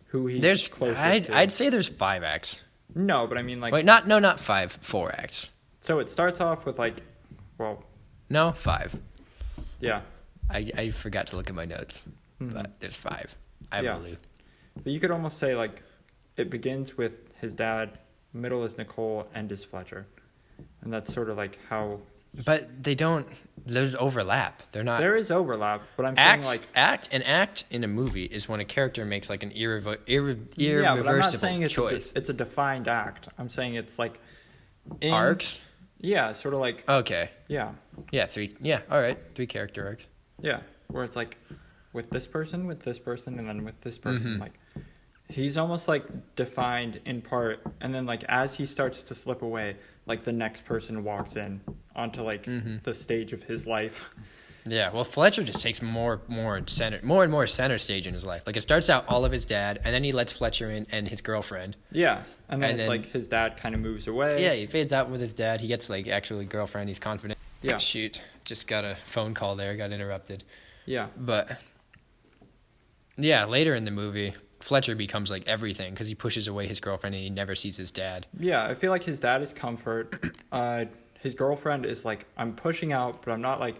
Speaker 2: who he's
Speaker 1: There's,
Speaker 2: closest
Speaker 1: I'd,
Speaker 2: to.
Speaker 1: I'd say there's five acts.
Speaker 2: No, but I mean like
Speaker 1: Wait, not no, not five, four acts.
Speaker 2: So it starts off with like, well,
Speaker 1: No, five.
Speaker 2: yeah,
Speaker 1: I, I forgot to look at my notes, but there's five. I
Speaker 2: Hmm. Yeah.
Speaker 1: believe.
Speaker 2: but you could almost say like, it begins with his dad, middle is Nicole, end is Fletcher, and that's sort of like how
Speaker 1: But they don't. There's overlap. They're not
Speaker 2: there is overlap. But I'm
Speaker 1: acts.
Speaker 2: saying like,
Speaker 1: act an act in a movie is when a character makes like an irrevo- irre-
Speaker 2: yeah, but I'm not
Speaker 1: irreversible
Speaker 2: saying it's a,
Speaker 1: choice.
Speaker 2: de- it's a defined act. I'm saying it's like in,
Speaker 1: Arcs.
Speaker 2: Yeah, sort of like
Speaker 1: Okay.
Speaker 2: yeah,
Speaker 1: Yeah. Three. Yeah. All right. Three character arcs.
Speaker 2: yeah, where it's like with this person, with this person, and then with this person, like. He's almost like defined in part, and then like as he starts to slip away, like the next person walks in onto like the stage of his life. [LAUGHS]
Speaker 1: Yeah, well, Fletcher just takes more, more and center, more and more center stage in his life. Like it starts out all of his dad, and then he lets Fletcher in and his girlfriend.
Speaker 2: Yeah, and then
Speaker 1: And then-
Speaker 2: it's like his dad kind of moves away.
Speaker 1: Yeah, he fades out with his dad. He gets like actually girlfriend. He's confident.
Speaker 2: Yeah.
Speaker 1: Shoot, just got a phone call there. Got interrupted,
Speaker 2: yeah,
Speaker 1: but yeah, later in the movie, Fletcher becomes like everything because he pushes away his girlfriend and he never sees his dad.
Speaker 2: yeah. I feel like his dad is comfort. Uh, his girlfriend is like, I'm pushing out, but I'm not like,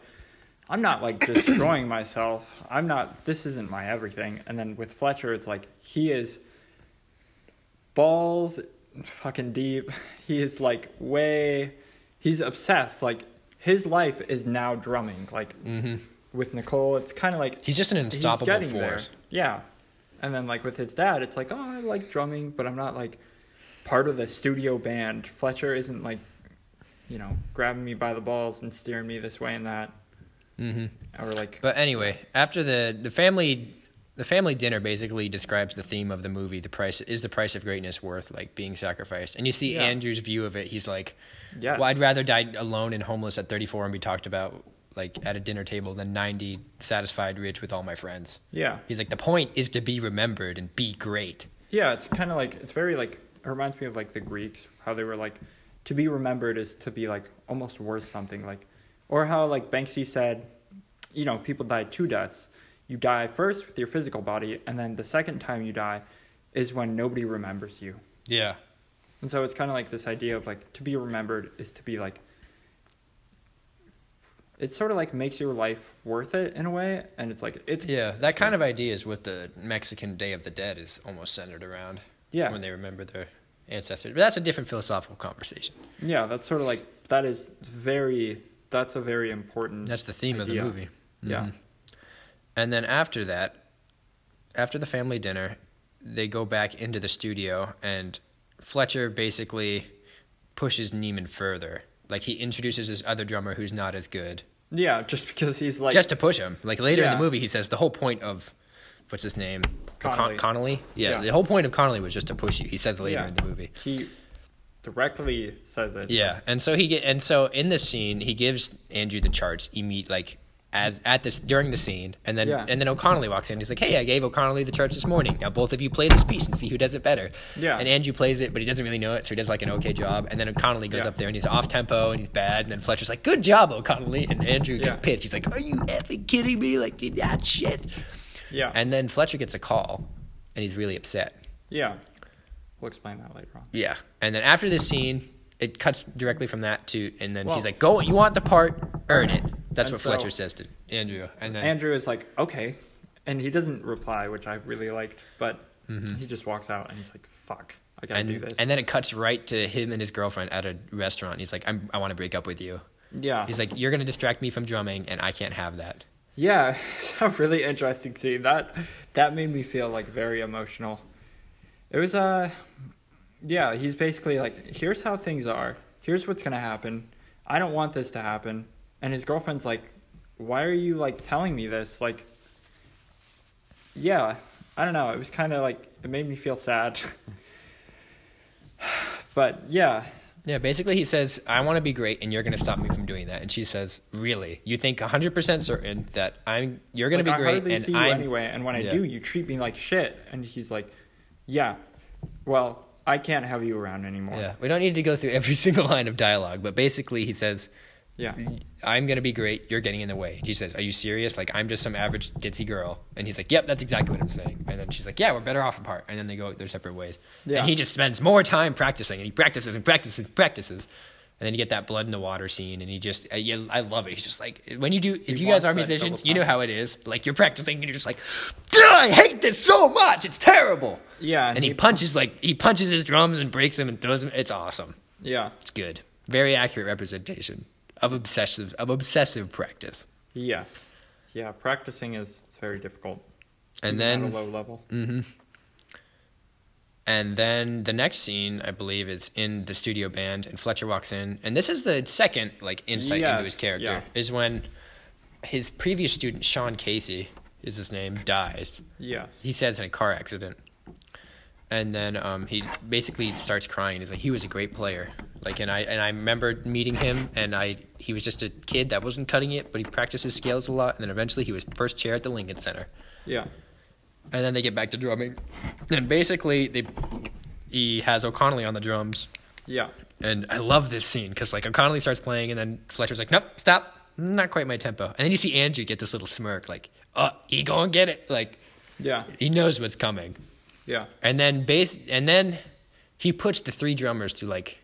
Speaker 2: I'm not like destroying myself. I'm not. This isn't my everything. And then with Fletcher, it's like he is [LAUGHS] balls fucking deep. He is like way. he's obsessed. Like his life is now drumming. Like with Nicole, it's kind of like
Speaker 1: He's just an
Speaker 2: he's
Speaker 1: unstoppable
Speaker 2: getting there.
Speaker 1: force.
Speaker 2: Yeah, and then like with his dad, it's like oh, I like drumming, but I'm not like part of the studio band. Fletcher isn't like you know grabbing me by the balls and steering me this way and that. Mm-hmm. Or like
Speaker 1: But anyway, after the the family the family dinner basically describes the theme of the movie. The price is the price of greatness worth like being sacrificed. And you see
Speaker 2: Yeah.
Speaker 1: Andrew's view of it. He's like,
Speaker 2: Yes.
Speaker 1: "Well, I'd rather die alone and homeless at 34 and be talked about like at a dinner table than 90 satisfied rich with all my friends."
Speaker 2: yeah,
Speaker 1: He's like, "The point is to be remembered and be great."
Speaker 2: Yeah, it's kind of like it's very like it reminds me of like the Greeks how they were like to be remembered is to be like almost worth something like or how like Banksy said, you know, people die two deaths. You die first with your physical body and then the second time you die is when nobody remembers you.
Speaker 1: Yeah.
Speaker 2: And so it's kind of like this idea of like to be remembered is to be like it sort of like makes your life worth it in a way and it's like it's
Speaker 1: Yeah, that kind of idea is what the Mexican Day of the Dead is almost centered around.
Speaker 2: Yeah.
Speaker 1: When they remember their ancestors. But that's a different philosophical conversation.
Speaker 2: Yeah, that's sort of like that is very that's a very important.
Speaker 1: That's the theme of the
Speaker 2: idea.
Speaker 1: movie.
Speaker 2: Yeah,
Speaker 1: Mm-hmm. And then after that, after the family dinner, they go back into the studio and Fletcher basically pushes Neiman further. Like he introduces this other drummer who's not as good.
Speaker 2: yeah, just because he's like
Speaker 1: just to push him. Like later in
Speaker 2: Yeah.
Speaker 1: the movie he says the whole point of what's his name?
Speaker 2: Connolly.
Speaker 1: Connolly? Yeah,
Speaker 2: Yeah.
Speaker 1: the whole point of Connolly was just to push you. He says later
Speaker 2: Yeah.
Speaker 1: in the movie.
Speaker 2: he directly says it.
Speaker 1: Yeah, and so he get and so in this scene he gives Andrew the charts. You meet like as at this during the scene, and then
Speaker 2: Yeah.
Speaker 1: and then O'Connelly walks in. He's like, "Hey, I gave O'Connelly the charts this morning. Now both of you play this piece and see who does it better."
Speaker 2: Yeah.
Speaker 1: and Andrew plays it, but he doesn't really know it, so he does like an okay job. And then O'Connelly goes
Speaker 2: Yeah.
Speaker 1: up there and he's off tempo and he's bad. And then Fletcher's like, "Good job, O'Connelly," and Andrew gets
Speaker 2: Yeah.
Speaker 1: pissed. He's like, "Are you effing kidding me? Like that shit."
Speaker 2: yeah,
Speaker 1: And then Fletcher gets a call, and he's really upset.
Speaker 2: yeah. We'll explain that later on.
Speaker 1: Yeah. And then after this scene, it cuts directly from that to, and then
Speaker 2: Well-
Speaker 1: he's like, "Go, you want the part, earn it." That's
Speaker 2: And
Speaker 1: what Fletcher
Speaker 2: so-
Speaker 1: says to Andrew. And then
Speaker 2: Andrew is like okay, and he doesn't reply, which I really liked, but he just walks out and he's like, "Fuck, I gotta
Speaker 1: Mm-hmm.
Speaker 2: do
Speaker 1: and,
Speaker 2: this."
Speaker 1: and then it cuts right to him and his girlfriend at a restaurant. He's like, I'm, "I want to break up with you."
Speaker 2: yeah,
Speaker 1: He's like, "You're gonna distract me from drumming, and I can't have that."
Speaker 2: Yeah, [LAUGHS] it's a really interesting scene. That that made me feel like very emotional. It was uh yeah, he's basically like, here's how things are. Here's what's gonna happen. I don't want this to happen. And his girlfriend's like, Why are you like telling me this? Like Yeah. I don't know. It was kinda like it made me feel sad. [LAUGHS] but yeah.
Speaker 1: Yeah, basically, he says, I want to be great, and you're going to stop me from doing that. And she says, Really? You think 100% certain that I'm you're going to
Speaker 2: Like, I
Speaker 1: be
Speaker 2: hardly
Speaker 1: great,
Speaker 2: see
Speaker 1: and
Speaker 2: you
Speaker 1: I'm
Speaker 2: anyway, and when I
Speaker 1: Yeah.
Speaker 2: do, you treat me like shit. And he's like, yeah, well, I can't have you around anymore.
Speaker 1: Yeah, we don't need to go through [LAUGHS] every single line of dialogue, but basically he says,
Speaker 2: Yeah.
Speaker 1: Mm-hmm. I'm going to be great. You're getting in the way. She says, Are you serious? Like, I'm just some average ditzy girl. And he's like, Yep, that's exactly what I'm saying. And then she's like, Yeah, we're better off apart. And then they go their separate ways.
Speaker 2: Yeah.
Speaker 1: And he just spends more time practicing and he practices and practices and practices. And then you get that blood in the water scene, and he just, I, yeah, I love it. He's just like, when you do, if you guys
Speaker 2: wants
Speaker 1: are
Speaker 2: that double
Speaker 1: musicians, you know
Speaker 2: time.
Speaker 1: how it is. Like, you're practicing, and you're just like, "Ugh, I hate this so much. It's terrible.
Speaker 2: Yeah,
Speaker 1: And, he, punches, like, he punches his drums and breaks them and throws them. It's awesome.
Speaker 2: Yeah.
Speaker 1: It's good. Very accurate representation of obsessive of obsessive practice.
Speaker 2: Yes. Yeah. Practicing is very difficult.
Speaker 1: And
Speaker 2: even at
Speaker 1: then mm,
Speaker 2: a low level.
Speaker 1: and then the next scene I believe is in the studio band and Fletcher walks in and this is the second like insight into his
Speaker 2: Yes,
Speaker 1: character
Speaker 2: yeah.
Speaker 1: is when his previous student Sean Casey is his name dies.
Speaker 2: Yes.
Speaker 1: He says in a car accident. And then um, he basically starts crying. He's like, he was a great player. Like, and I and I remember meeting him, and I he was just a kid that wasn't cutting it, but he practiced his scales a lot. And then eventually, he was first chair at the Lincoln Center.
Speaker 2: Yeah.
Speaker 1: And then they get back to drumming, and basically they he has O'Connelly on the drums,
Speaker 2: Yeah.
Speaker 1: and I love this scene because like O'Connelly starts playing, and then Fletcher's like, nope, stop, not quite my tempo. And then you see Andrew get this little smirk, like, oh, he gonna get it, like
Speaker 2: Yeah.
Speaker 1: he knows what's coming.
Speaker 2: Yeah.
Speaker 1: And then base and then he puts the three drummers to like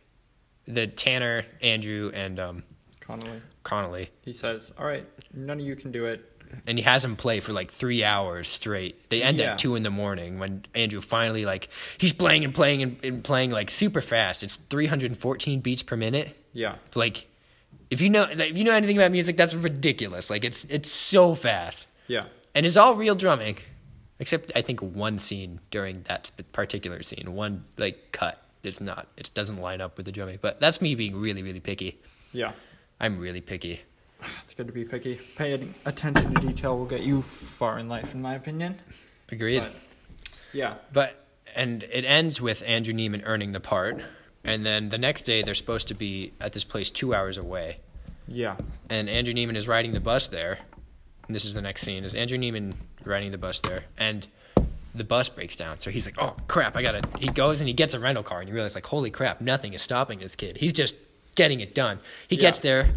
Speaker 1: the Tanner, Andrew, and um
Speaker 2: Connolly.
Speaker 1: Connolly.
Speaker 2: He says, all right, none of you can do it.
Speaker 1: And he has them play for like three hours straight. They end
Speaker 2: Yeah.
Speaker 1: at two in the morning when Andrew finally like he's playing and playing and, and playing like super fast. It's three hundred and fourteen beats per minute.
Speaker 2: Yeah.
Speaker 1: Like If you know like, if you know anything about music, that's ridiculous. Like it's it's so fast,
Speaker 2: Yeah.
Speaker 1: and it's all real drumming, except I think one scene during that sp- particular scene, one like cut. It's not. It doesn't line up with the drumming. But that's me being really really picky.
Speaker 2: Yeah.
Speaker 1: I'm really picky.
Speaker 2: It's good to be picky. Paying attention to detail will get you far in life, in my opinion.
Speaker 1: Agreed.
Speaker 2: But, yeah.
Speaker 1: But and it ends with Andrew Neiman earning the part, and then the next day they're supposed to be at this place two hours away,
Speaker 2: Yeah.
Speaker 1: and Andrew Neiman is riding the bus there. And this is the next scene: is Andrew Neiman riding the bus there, and the bus breaks down. So he's like, "Oh crap, I gotta." He goes and he gets a rental car, and you realize like, "Holy crap, nothing is stopping this kid. He's just getting it done." He
Speaker 2: Yeah.
Speaker 1: gets there.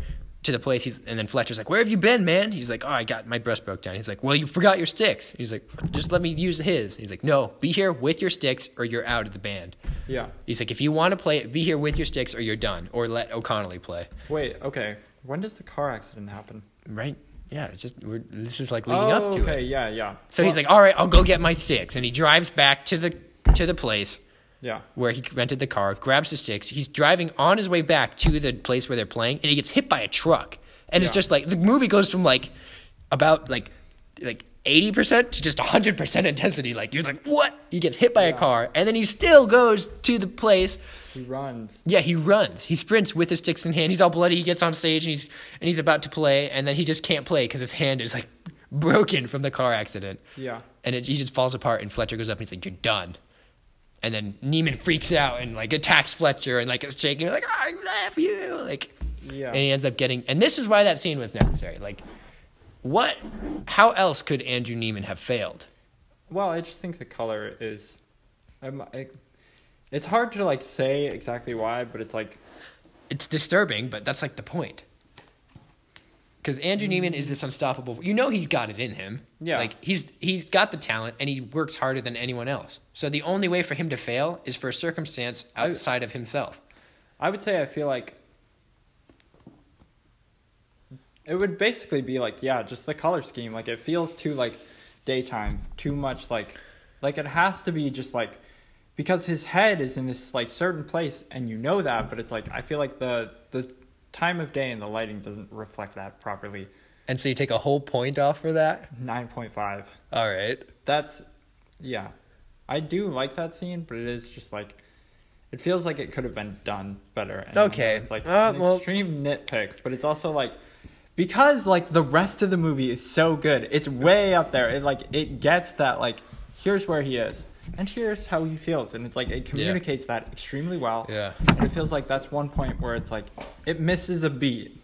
Speaker 1: To the place, he's, and then Fletcher's like, "Where have you been, man?" He's like, "Oh, I got my breast broke down." He's like, "Well, you forgot your sticks." He's like, "Just let me use his." He's like, "No, be here with your sticks, or you're out of the band."
Speaker 2: Yeah.
Speaker 1: He's like, "If you want to play, it, be here with your sticks, or you're done, or let O'Connelly play."
Speaker 2: Wait, okay. When does the car accident happen? Oh,
Speaker 1: Right? Yeah, it's just we're, this is like leading up to
Speaker 2: okay,
Speaker 1: it.
Speaker 2: yeah, yeah.
Speaker 1: So he's
Speaker 2: Well,
Speaker 1: like, "All right, I'll go get my sticks," and he drives back to the to the place
Speaker 2: Yeah.
Speaker 1: where he rented the car, grabs the sticks. He's driving on his way back to the place where they're playing, and he gets hit by a truck. And it's
Speaker 2: Yeah.
Speaker 1: just like the movie goes from like about like like eighty percent to just hundred percent intensity. Like you're like, "What?" He gets hit by a
Speaker 2: Yeah.
Speaker 1: car, and then he still goes to the place
Speaker 2: He runs.
Speaker 1: yeah, he runs. He sprints with his sticks in hand. He's all bloody. He gets on stage and he's and he's about to play, and then he just can't play because his hand is like [LAUGHS] broken from the car accident.
Speaker 2: Yeah.
Speaker 1: And it, he just falls apart. And Fletcher goes up and he's like, "You're done." And then Neiman freaks out and like attacks Fletcher and like is shaking like, "I love you!" Like,
Speaker 2: Yeah.
Speaker 1: And he ends up getting. And this is why that scene was necessary. Like, what? How else could Andrew Neiman have failed?
Speaker 2: Well, I just think the color is. I'm, I, it's hard to like say exactly why, but it's like
Speaker 1: it's disturbing, but that's like the point. Because Andrew Neiman is this unstoppable. You know he's got it in him.
Speaker 2: Yeah.
Speaker 1: Like he's he's got the talent and he works harder than anyone else. So the only way for him to fail is for a circumstance
Speaker 2: I-
Speaker 1: outside of himself.
Speaker 2: I would say I feel like it would basically be like yeah, just the color scheme. Like it feels too like daytime, too much like like it has to be just like because his head is in this like certain place and you know that, but it's like I feel like the the time of day and the lighting doesn't reflect that properly.
Speaker 1: And so you take a whole point off for that.
Speaker 2: 9.5.
Speaker 1: All [LAUGHS] right.
Speaker 2: That's yeah. I do like that scene, but it is just like it feels like it could have been done better. And
Speaker 1: Okay.
Speaker 2: It's like
Speaker 1: Uh,
Speaker 2: an
Speaker 1: well-
Speaker 2: extreme nitpick, but it's also like because like the rest of the movie is so good. It's way up there. It like it gets that like here's where he is and here's how he feels and it's like it communicates that extremely well.
Speaker 1: Yeah.
Speaker 2: And it feels like that's one point where it's like it misses a beat.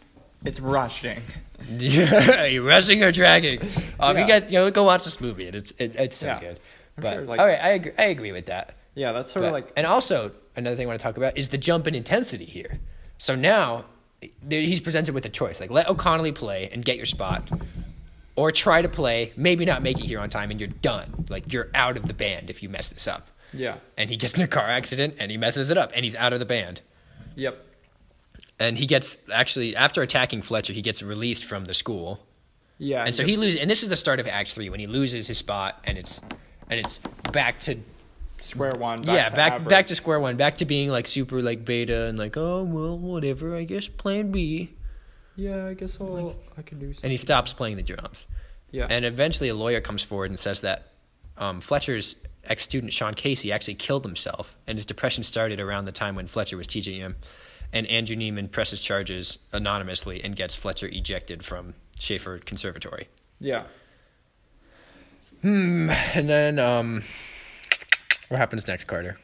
Speaker 2: It's rushing.
Speaker 1: Yeah, you rushing or dragging. Um, You
Speaker 2: Yeah.
Speaker 1: guys, you know, go watch this movie. And it's it, it's so
Speaker 2: Yeah.
Speaker 1: good.
Speaker 2: I'm
Speaker 1: But
Speaker 2: sure, like-
Speaker 1: all right, I agree, I agree with that.
Speaker 2: Yeah, that's sort of
Speaker 1: But-
Speaker 2: like
Speaker 1: and also another thing I want to talk about is the jump in intensity here. So now there, he's presented with a choice: like let O'Connelly play and get your spot, or try to play, maybe not make it here on time, and you're done. Like you're out of the band if you mess this up.
Speaker 2: yeah.
Speaker 1: And he gets in a car accident and he messes it up and he's out of the band.
Speaker 2: Yep.
Speaker 1: And he gets actually after attacking Fletcher, he gets released from the school.
Speaker 2: Yeah.
Speaker 1: And so he loses, and this is the start of Act Three when he loses his spot, and it's and it's back to
Speaker 2: square one. Back
Speaker 1: yeah,
Speaker 2: to
Speaker 1: back
Speaker 2: average.
Speaker 1: back to square one, back to being like super like beta and like oh well whatever I guess Plan B.
Speaker 2: Yeah, I guess I'll I can do. Something.
Speaker 1: And he stops playing the drums,
Speaker 2: yeah,
Speaker 1: and eventually a lawyer comes forward and says that um, Fletcher's ex student Sean Casey actually killed himself, and his depression started around the time when Fletcher was teaching him. And Andrew Neiman presses charges anonymously and gets Fletcher ejected from Schaefer Conservatory.
Speaker 2: yeah.
Speaker 1: Hmm, And then um, what happens next, Carter?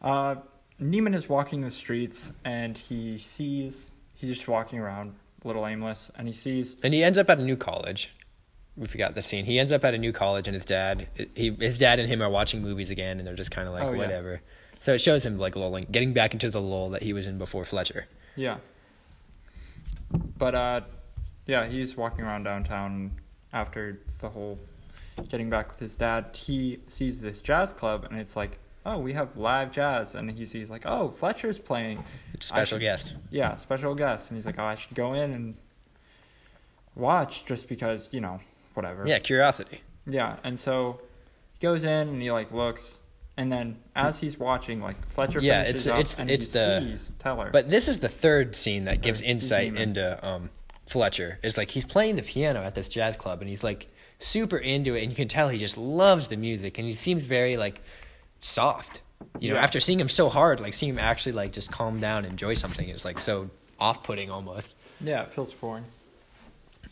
Speaker 2: Uh, Neiman is walking the streets and he sees he's just walking around, a little aimless, and he sees
Speaker 1: and he ends up at a new college. We forgot the scene. He ends up at a new college, and his dad, he, his dad and him are watching movies again, and they're just kind of like
Speaker 2: Oh, yeah.
Speaker 1: whatever. So it shows him like lolling, getting back into the lull that he was in before Fletcher.
Speaker 2: yeah. But uh, yeah, he's walking around downtown after the whole getting back with his dad. He sees this jazz club and it's like, oh, we have live jazz, and he sees like, oh, Fletcher's playing.
Speaker 1: Special
Speaker 2: should-
Speaker 1: guest.
Speaker 2: yeah, special guest. And he's like, oh, I should go in and watch just because, you know, whatever.
Speaker 1: Yeah, curiosity.
Speaker 2: Yeah. And so he goes in and he like looks and then as he's watching, like Fletcher
Speaker 1: Yeah,
Speaker 2: finishes
Speaker 1: it's-
Speaker 2: up
Speaker 1: it's-
Speaker 2: and
Speaker 1: it's
Speaker 2: he
Speaker 1: the-
Speaker 2: sees Teller.
Speaker 1: But this is the third scene that gives
Speaker 2: Third scene,
Speaker 1: insight
Speaker 2: man.
Speaker 1: into um, Fletcher. It's like he's playing the piano at this jazz club, and he's like super into it, and you can tell he just loves the music, and he seems very like soft. You know,
Speaker 2: Yeah.
Speaker 1: after seeing him so hard, like seeing him actually like just calm down, enjoy something is like so off-putting almost.
Speaker 2: yeah, it feels foreign.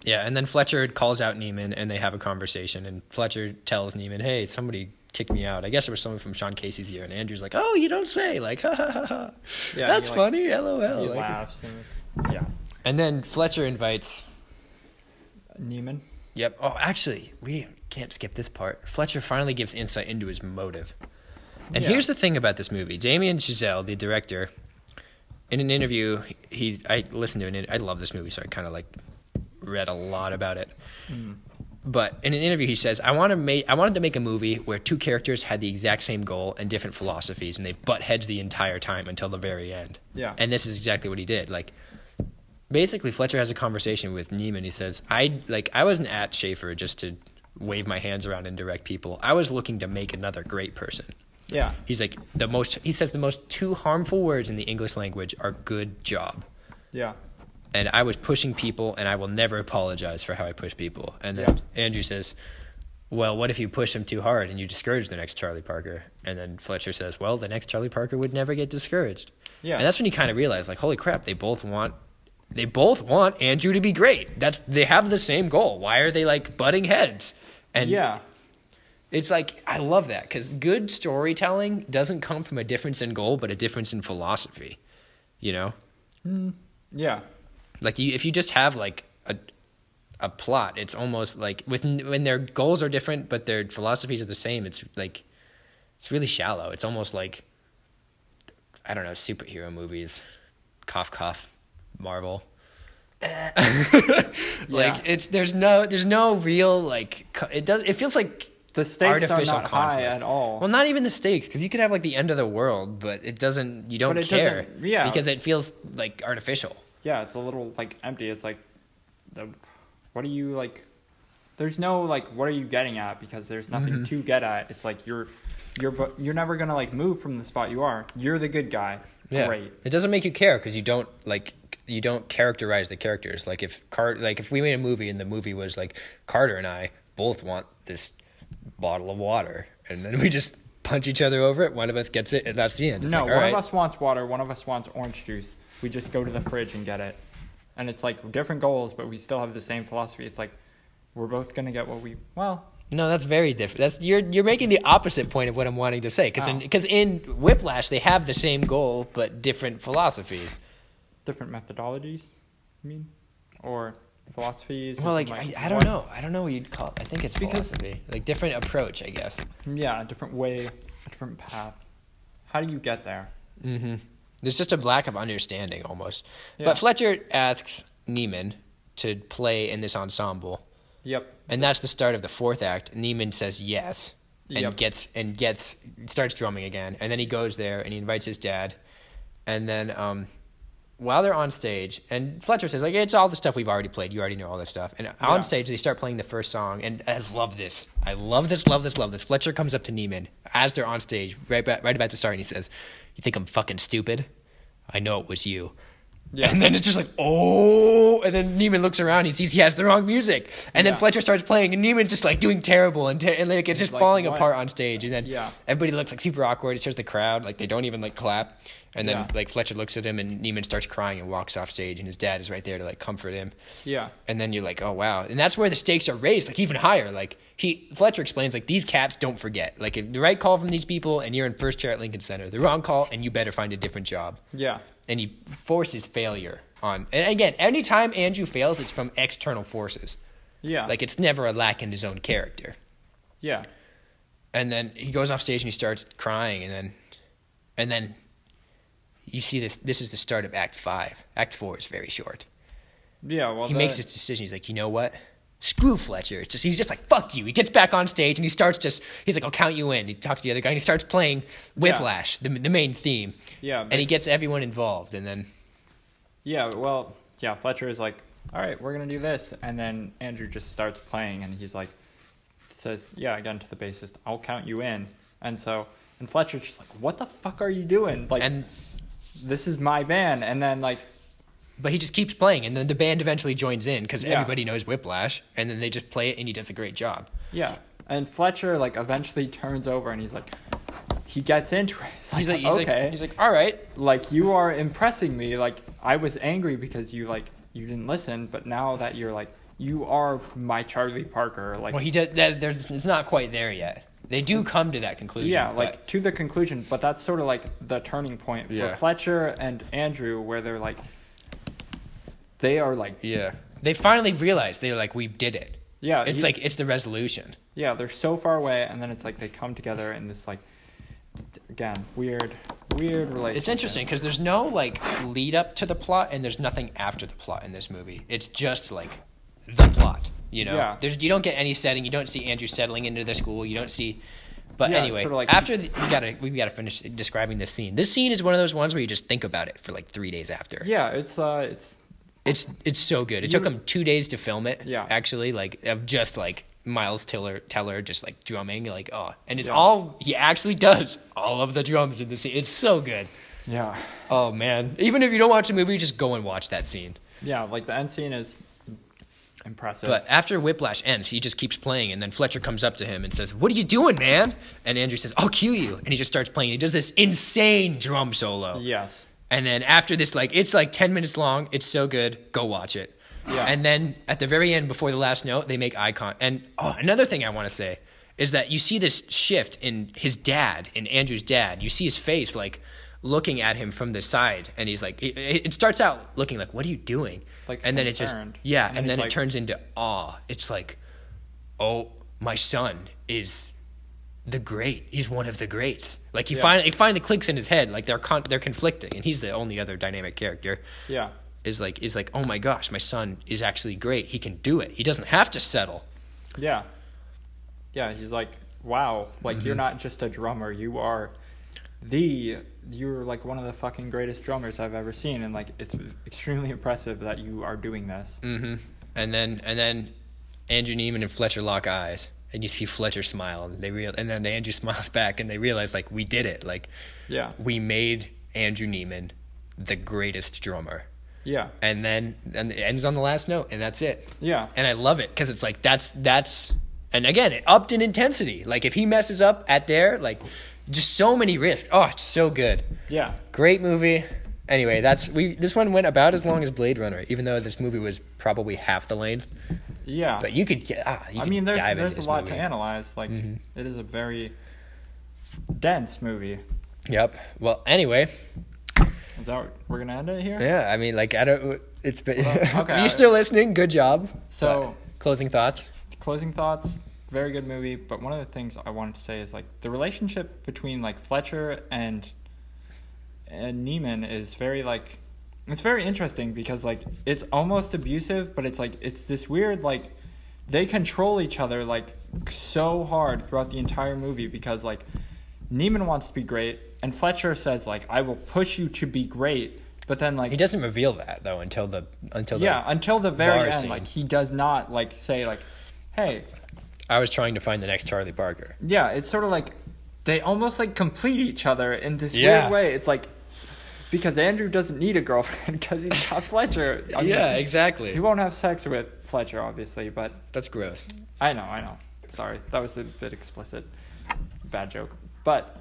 Speaker 1: Yeah, and then Fletcher calls out Neiman, and they have a conversation, and Fletcher tells Neiman, "Hey, somebody." Kicked me out. I guess it was someone from Sean Casey's year, and Andrew's like, "Oh, you don't say!" Like, [LAUGHS] ha ha ha ha.
Speaker 2: Yeah,
Speaker 1: That's
Speaker 2: he, like-
Speaker 1: funny. LOL.
Speaker 2: he
Speaker 1: Like,
Speaker 2: laughs and yeah,
Speaker 1: And then Fletcher invites.
Speaker 2: Neiman.
Speaker 1: Yep. Oh, actually, we can't skip this part. Fletcher finally gives insight into his motive. And
Speaker 2: Yeah.
Speaker 1: here's the thing about this movie: Damien Chazelle, the director, in an interview, he I listened to an. in- I love this movie, so I kind of like read a lot about it. But in an interview, he says, "I want to make. I wanted to make a movie where two characters had the exact same goal and different philosophies, and they butt heads the entire time until the very end."
Speaker 2: Yeah.
Speaker 1: And this is exactly what he did. Like, basically, Fletcher has a conversation with Neiman. He says, "I like. I wasn't at Schaefer just to wave my hands around and direct people. I was looking to make another great person."
Speaker 2: Yeah,
Speaker 1: He's like the most. He says the most two harmful words in the English language are "good job."
Speaker 2: yeah,
Speaker 1: and I was pushing people, and I will never apologize for how I push people. And then Andrew says, "Well, what if you push him too hard and you discourage the next Charlie Parker?" And then Fletcher says, "Well, the next Charlie Parker would never get discouraged."
Speaker 2: Yeah.
Speaker 1: and that's when you kind of realize, like, holy crap, they both want. They both want Andrew to be great. That's they have the same goal. Why are they like butting heads? And
Speaker 2: yeah,
Speaker 1: it's like I love that because good storytelling doesn't come from a difference in goal, but a difference in philosophy. You know,
Speaker 2: yeah,
Speaker 1: like you, if you just have like a a plot, it's almost like with when their goals are different but their philosophies are the same. It's like it's really shallow. It's almost like I don't know superhero movies, cough cough,
Speaker 2: [LAUGHS]
Speaker 1: Marvel. [LAUGHS] like
Speaker 2: Yeah.
Speaker 1: it's there's no there's no real like co- it does it feels like
Speaker 2: The stakes are not high at all.
Speaker 1: Well, not even the stakes because you could have like the end of the world, but it doesn't you don't
Speaker 2: But it
Speaker 1: care
Speaker 2: doesn't- yeah.
Speaker 1: because it feels like artificial.
Speaker 2: yeah. It's a little like empty. It's like, the, what are you like? There's no like, what are you getting at? Because there's nothing
Speaker 1: Mm-hmm.
Speaker 2: to get at. It's like you're, you're, but you're never gonna like move from the spot you are. You're the good guy.
Speaker 1: Yeah.
Speaker 2: Great.
Speaker 1: It doesn't make you care because you don't like you don't characterize the characters. Like if Car- like if we made a movie and the movie was like Carter and I both want this bottle of water and then we just punch each other over it, one of us gets it and that's the end. It's
Speaker 2: no,
Speaker 1: like,
Speaker 2: one
Speaker 1: all right.
Speaker 2: of us wants water. One of us wants orange juice. We just go to the fridge and get it. And it's like different goals, but we still have the same philosophy. It's like we're both gonna get what we. Well,
Speaker 1: No, that's very different. That's you're you're making the opposite point of what I'm wanting to say cuz
Speaker 2: Oh.
Speaker 1: in cuz in Whiplash they have the same goal but different philosophies.
Speaker 2: different methodologies. You mean, or philosophies.
Speaker 1: Well, like
Speaker 2: and,
Speaker 1: I, I don't
Speaker 2: what-
Speaker 1: know. I don't know what you'd call it. I think it's
Speaker 2: Because-
Speaker 1: philosophy. Like different approach, I guess.
Speaker 2: Yeah, a different way, a different path. How do you get there?
Speaker 1: Mm-hmm. There's just a lack of understanding almost.
Speaker 2: Yeah.
Speaker 1: But Fletcher asks Neiman to play in this ensemble,
Speaker 2: Yep.
Speaker 1: and that's the start of the fourth act. Neiman says yes and
Speaker 2: Yep.
Speaker 1: gets and gets starts drumming again, and then he goes there and he invites his dad, and then um, while they're on stage, and Fletcher says like it's all the stuff we've already played. You already know all this stuff. And
Speaker 2: Yeah.
Speaker 1: on stage they start playing the first song, and I love this. I love this. Love this. Love this. Fletcher comes up to Neiman as they're on stage, right ba- right about to start, and he says, "You think I'm fucking stupid? I know it was you."
Speaker 2: Yeah.
Speaker 1: And then it's just like, oh, and then Neiman looks around. He sees he has the wrong music, and then
Speaker 2: Yeah.
Speaker 1: Fletcher starts playing, and Neiman's just like doing terrible, and, ter- and like it's just
Speaker 2: Like,
Speaker 1: falling
Speaker 2: what?
Speaker 1: apart on stage. And then
Speaker 2: Yeah.
Speaker 1: everybody looks like super awkward. It shows the crowd like they don't even like clap. And then
Speaker 2: Yeah.
Speaker 1: like Fletcher looks at him, and Neiman starts crying and walks off stage, and his dad is right there to like comfort him.
Speaker 2: Yeah.
Speaker 1: And then you're like, oh wow, and that's where the stakes are raised, like even higher. Like he Fletcher explains, like these cats don't forget. Like if the right call from these people, and you're in first chair at Lincoln Center. The wrong call, and you better find a different job
Speaker 2: Yeah.
Speaker 1: and he forces failure on. And again, anytime Andrew fails, it's from external forces.
Speaker 2: Yeah.
Speaker 1: Like it's never a lack in his own character.
Speaker 2: yeah.
Speaker 1: And then he goes off stage and he starts crying, and then, and then, you see this. This is the start of Act Five. Act Four is very short.
Speaker 2: Yeah. Well,
Speaker 1: He makes
Speaker 2: that-
Speaker 1: his decision. He's like, you know what? Screw Fletcher. It's just he's just like fuck you. He gets back on stage and he starts just he's like I'll count you in. He talks to the other guy and he starts playing Whiplash, the the main theme.
Speaker 2: Yeah,
Speaker 1: and he gets everyone involved, and then
Speaker 2: Yeah. Well. Yeah. Fletcher is like, all right, we're gonna do this, and then Andrew just starts playing, and he's like, says, yeah, again to the bassist, I'll count you in, and so And Fletcher's just like, "What the fuck are you doing? Like,
Speaker 1: And
Speaker 2: this is my band." And then like,
Speaker 1: but he just keeps playing, and then the band eventually joins in because
Speaker 2: Yeah.
Speaker 1: everybody knows Whiplash, and then they just play it, and he does a great job.
Speaker 2: yeah. And Fletcher like eventually turns over and he's like, he gets into it.
Speaker 1: He's like, he's
Speaker 2: okay.
Speaker 1: like, he's like, all right,
Speaker 2: like you are impressing me like i was angry because you like you didn't listen but now that you're like you are my charlie parker like
Speaker 1: Well, he does. That, there's, it's not quite there yet. They do come to that conclusion.
Speaker 2: yeah like
Speaker 1: but
Speaker 2: to the conclusion but that's sort of like the turning point for
Speaker 1: Yeah.
Speaker 2: fletcher and andrew where they're like they are like
Speaker 1: yeah, they finally realize they're like, we did it.
Speaker 2: yeah
Speaker 1: It's
Speaker 2: you-
Speaker 1: like it's the resolution.
Speaker 2: yeah they're so far away and then it's like they come together in this like again weird weird relationship
Speaker 1: It's interesting because there's no like lead up to the plot, and there's nothing after the plot in this movie. It's just like the plot. You know,
Speaker 2: Yeah.
Speaker 1: there's you don't get any setting. You don't see Andrew settling into the school. You don't see. But
Speaker 2: Yeah,
Speaker 1: anyway,
Speaker 2: sort of like-
Speaker 1: after the, we gotta we gotta finish describing this scene. This scene is one of those ones where you just think about it for like three days after.
Speaker 2: yeah it's uh it's
Speaker 1: It's it's so good. It took him two days to film it.
Speaker 2: Yeah.
Speaker 1: actually, like of just like Miles Tiller Teller just like drumming, like oh, and it's
Speaker 2: Yeah.
Speaker 1: all he actually does all of the drums in the scene. It's so good.
Speaker 2: yeah
Speaker 1: Oh man, even if you don't watch the movie, just go and watch that scene.
Speaker 2: yeah like the end scene is impressive
Speaker 1: But after Whiplash ends, he just keeps playing, and then Fletcher comes up to him and says, "What are you doing, man?" And Andrew says, "I'll cue you," and he just starts playing. He does this insane drum solo.
Speaker 2: yes
Speaker 1: And then after this, like it's like ten minutes long. It's so good. Go watch it.
Speaker 2: Yeah.
Speaker 1: And then at the very end, before the last note, they make icon. And oh, another thing I want to say is that you see this shift in his dad, in Andrew's dad. You see his face like looking at him from the side, and he's like, it, it it starts out looking like, "What are you doing?"
Speaker 2: Like
Speaker 1: and then it just
Speaker 2: concerned.
Speaker 1: yeah,
Speaker 2: And
Speaker 1: and, then
Speaker 2: then he's
Speaker 1: it
Speaker 2: like-
Speaker 1: turns into awe. It's like, oh, my son is the great. He's one of the greats. Like he
Speaker 2: Yeah.
Speaker 1: finally it finally clicks in his head. Like they're con- they're conflicting, and he's the only other dynamic character.
Speaker 2: Yeah.
Speaker 1: Is like is like oh my gosh, my son is actually great. He can do it. He doesn't have to settle.
Speaker 2: Yeah. Yeah, he's like, wow, like
Speaker 1: Mm-hmm.
Speaker 2: you're not just a drummer, you are the you're like one of the fucking greatest drummers I've ever seen and like it's extremely impressive that you are doing this.
Speaker 1: Mm-hmm. And then and then Andrew Neiman and Fletcher lock eyes, and you see Fletcher smile, and they real and then Andrew [LAUGHS] smiles back, and they realize like we did it. Like
Speaker 2: Yeah.
Speaker 1: we made Andrew Neiman the greatest drummer.
Speaker 2: Yeah.
Speaker 1: And then and it ends on the last note, and that's it.
Speaker 2: Yeah.
Speaker 1: and I love it because it's like that's that's and again it upped in intensity. Like if he messes up at there, like just so many risks. Oh, it's so good.
Speaker 2: Yeah.
Speaker 1: Great movie. Anyway, that's we this one went about as long as Blade Runner, even though this movie was probably half the length.
Speaker 2: Yeah.
Speaker 1: But you could get ah, you
Speaker 2: I
Speaker 1: could
Speaker 2: mean there's
Speaker 1: dive
Speaker 2: there's
Speaker 1: into
Speaker 2: a
Speaker 1: this
Speaker 2: lot
Speaker 1: movie. Mm-hmm.
Speaker 2: to analyze. Like it is a very dense movie.
Speaker 1: Yep. Well, anyway,
Speaker 2: Is that what- we're gonna end it here?
Speaker 1: yeah. I mean, like I don't. It's been. [LAUGHS]
Speaker 2: Well, okay.
Speaker 1: You're still listening. Good job.
Speaker 2: So-
Speaker 1: But closing thoughts.
Speaker 2: closing thoughts very good movie but one of the things i wanted to say is like the relationship between like fletcher and and neiman is very like it's very interesting because like it's almost abusive but it's like it's this weird like they control each other like so hard throughout the entire movie because like neiman wants to be great and fletcher says like i will push you to be great but then like
Speaker 1: He doesn't reveal that though until the until the,
Speaker 2: yeah until the very
Speaker 1: bar
Speaker 2: end
Speaker 1: scene.
Speaker 2: like he does not like say like hey
Speaker 1: I was trying to find the next Charlie Parker.
Speaker 2: Yeah, it's sort of like they almost like complete each other in this
Speaker 1: Yeah.
Speaker 2: weird way. It's like because Andrew doesn't need a girlfriend [LAUGHS] because
Speaker 1: [LAUGHS]
Speaker 2: he's got Fletcher. I mean,
Speaker 1: exactly.
Speaker 2: he won't have sex with Fletcher, obviously. But
Speaker 1: That's gross.
Speaker 2: I know, I know. Sorry, that was a bit explicit. Bad joke. But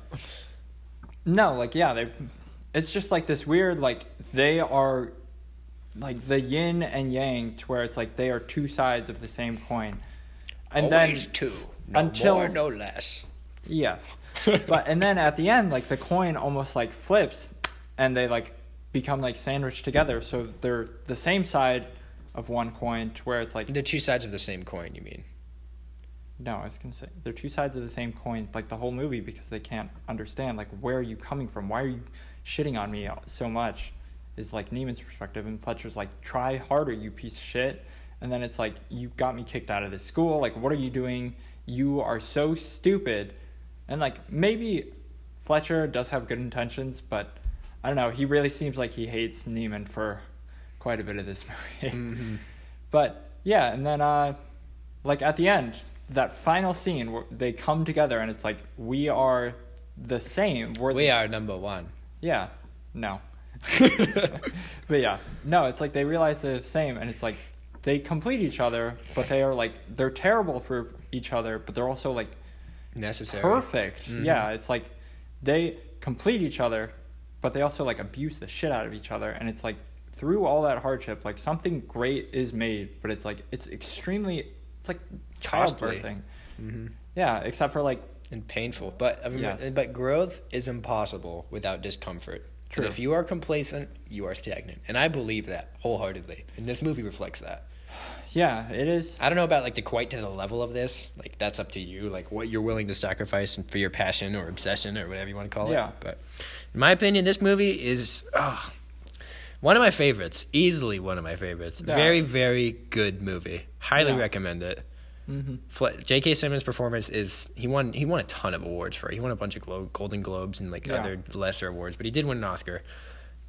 Speaker 2: no, like yeah, they. It's just like this weird like they are like the yin and yang to where it's like they are two sides of the same coin. And
Speaker 1: Always
Speaker 2: then
Speaker 1: two, no
Speaker 2: until-
Speaker 1: more, no less.
Speaker 2: Yes. but and then at the end, like the coin almost like flips, and they like become like sandwiched together. So they're the same side of one coin, to where it's like
Speaker 1: The two sides of the same coin. You mean?
Speaker 2: no, I was gonna say they're two sides of the same coin, like the whole movie, because they can't understand like where are you coming from? Why are you shitting on me so much? Is like Neiman's perspective, and Fletcher's like try harder, you piece of shit. And then it's like you got me kicked out of this school. Like what are you doing? You are so stupid. And like maybe Fletcher does have good intentions, but I don't know. He really seems like he hates Neiman for quite a bit of this [LAUGHS] movie. But yeah, and then uh, like at the end, that final scene where they come together and it's like we are the same. We're
Speaker 1: We are number one.
Speaker 2: [LAUGHS] yeah, no. [LAUGHS] but yeah, no, it's like they realize they're the same, and it's like they complete each other, but they are like they're terrible for each other, but they're also like
Speaker 1: Necessary.
Speaker 2: perfect.
Speaker 1: Mm-hmm.
Speaker 2: Yeah, it's like they complete each other, but they also like abuse the shit out of each other, and it's like through all that hardship, like something great is made, but it's like it's extremely it's like
Speaker 1: Costly. Mm-hmm.
Speaker 2: childbirthing. Yeah, except for like
Speaker 1: and painful. But I mean,
Speaker 2: Yes.
Speaker 1: but growth is impossible without discomfort.
Speaker 2: True.
Speaker 1: And if you are complacent, you are stagnant, and I believe that wholeheartedly. And this movie reflects that.
Speaker 2: yeah, it is.
Speaker 1: I don't know about like the quite to the level of this. Like that's up to you. Like what you're willing to sacrifice for your passion or obsession or whatever you want to call
Speaker 2: Yeah.
Speaker 1: it. But in my opinion, this movie is ah, one of my favorites. Easily one of my favorites.
Speaker 2: Yeah.
Speaker 1: Very very good movie. Highly
Speaker 2: Yeah.
Speaker 1: recommend it.
Speaker 2: Mhm.
Speaker 1: Fle- J.K. Simmons' performance is he won he won a ton of awards for it. He won a bunch of Glo- Golden Globes and like
Speaker 2: Yeah.
Speaker 1: other lesser awards, but he did win an Oscar.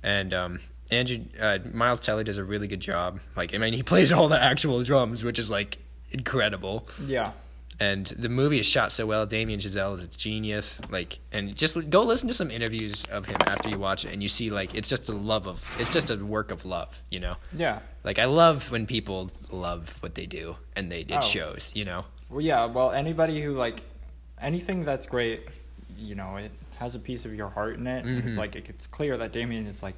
Speaker 1: And um, Andrew uh, Miles Teller does a really good job. Like I mean, he [LAUGHS] plays all the actual drums, which is like incredible.
Speaker 2: Yeah,
Speaker 1: And the movie is shot so well. Damien Chazelle is a genius. Like and just l- go listen to some interviews of him after you watch it, and you see like it's just a love of it's just a work of love, you know.
Speaker 2: yeah.
Speaker 1: Like I love when people love what they do, and they it
Speaker 2: Oh.
Speaker 1: shows, you know.
Speaker 2: Well, yeah. Well, anybody who like anything that's great, you know, it has a piece of your heart in it. and
Speaker 1: Mhm.
Speaker 2: It's like it's clear that Damien is like,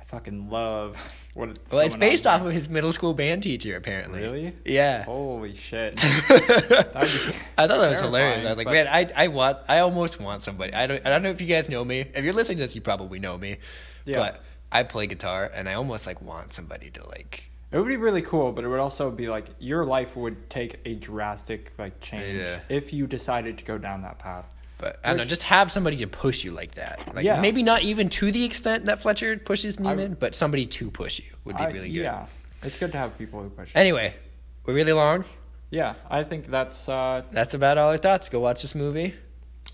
Speaker 2: I fucking love [LAUGHS] what. It's
Speaker 1: Well, it's
Speaker 2: going on
Speaker 1: based
Speaker 2: here."
Speaker 1: off of his middle school band teacher, apparently.
Speaker 2: Really?
Speaker 1: Yeah. [LAUGHS]
Speaker 2: Holy shit.
Speaker 1: I
Speaker 2: be
Speaker 1: thought that was hilarious.
Speaker 2: terrifying,
Speaker 1: I was like,
Speaker 2: but-
Speaker 1: man, I, I want, I almost want somebody. I don't, I don't know if you guys know me. If you're listening to this, you probably know me.
Speaker 2: Yeah.
Speaker 1: But I play guitar, and I almost like want somebody to like.
Speaker 2: It would be really cool, but it would also be like your life would take a drastic like change
Speaker 1: Yeah.
Speaker 2: if you decided to go down that path.
Speaker 1: But I don't know, just have somebody to push you like that. Like
Speaker 2: Yeah.
Speaker 1: maybe not even to the extent that Fletcher pushes Neiman, but somebody to push you would be
Speaker 2: I-
Speaker 1: really good.
Speaker 2: Yeah, it's good to have people who push.
Speaker 1: Anyway, we're really long.
Speaker 2: yeah, I think that's uh
Speaker 1: That's about all our thoughts. Go watch this movie.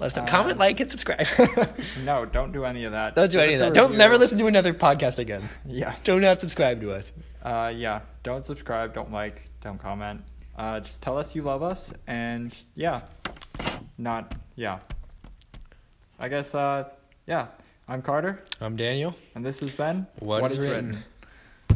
Speaker 1: Let us know. Comment,
Speaker 2: Um,
Speaker 1: like, and subscribe. [LAUGHS]
Speaker 2: no. Don't do any of that.
Speaker 1: Don't do
Speaker 2: Give
Speaker 1: any of
Speaker 2: us a
Speaker 1: that. Don't
Speaker 2: review.
Speaker 1: never listen to another podcast again.
Speaker 2: Yeah.
Speaker 1: Don't not subscribe to us.
Speaker 2: Uh, yeah, don't subscribe, don't like, don't comment. Uh, just tell us you love us, and yeah, not yeah. I guess uh, yeah. I'm Carter,
Speaker 1: I'm Daniel.
Speaker 2: and this has been
Speaker 1: What is Written.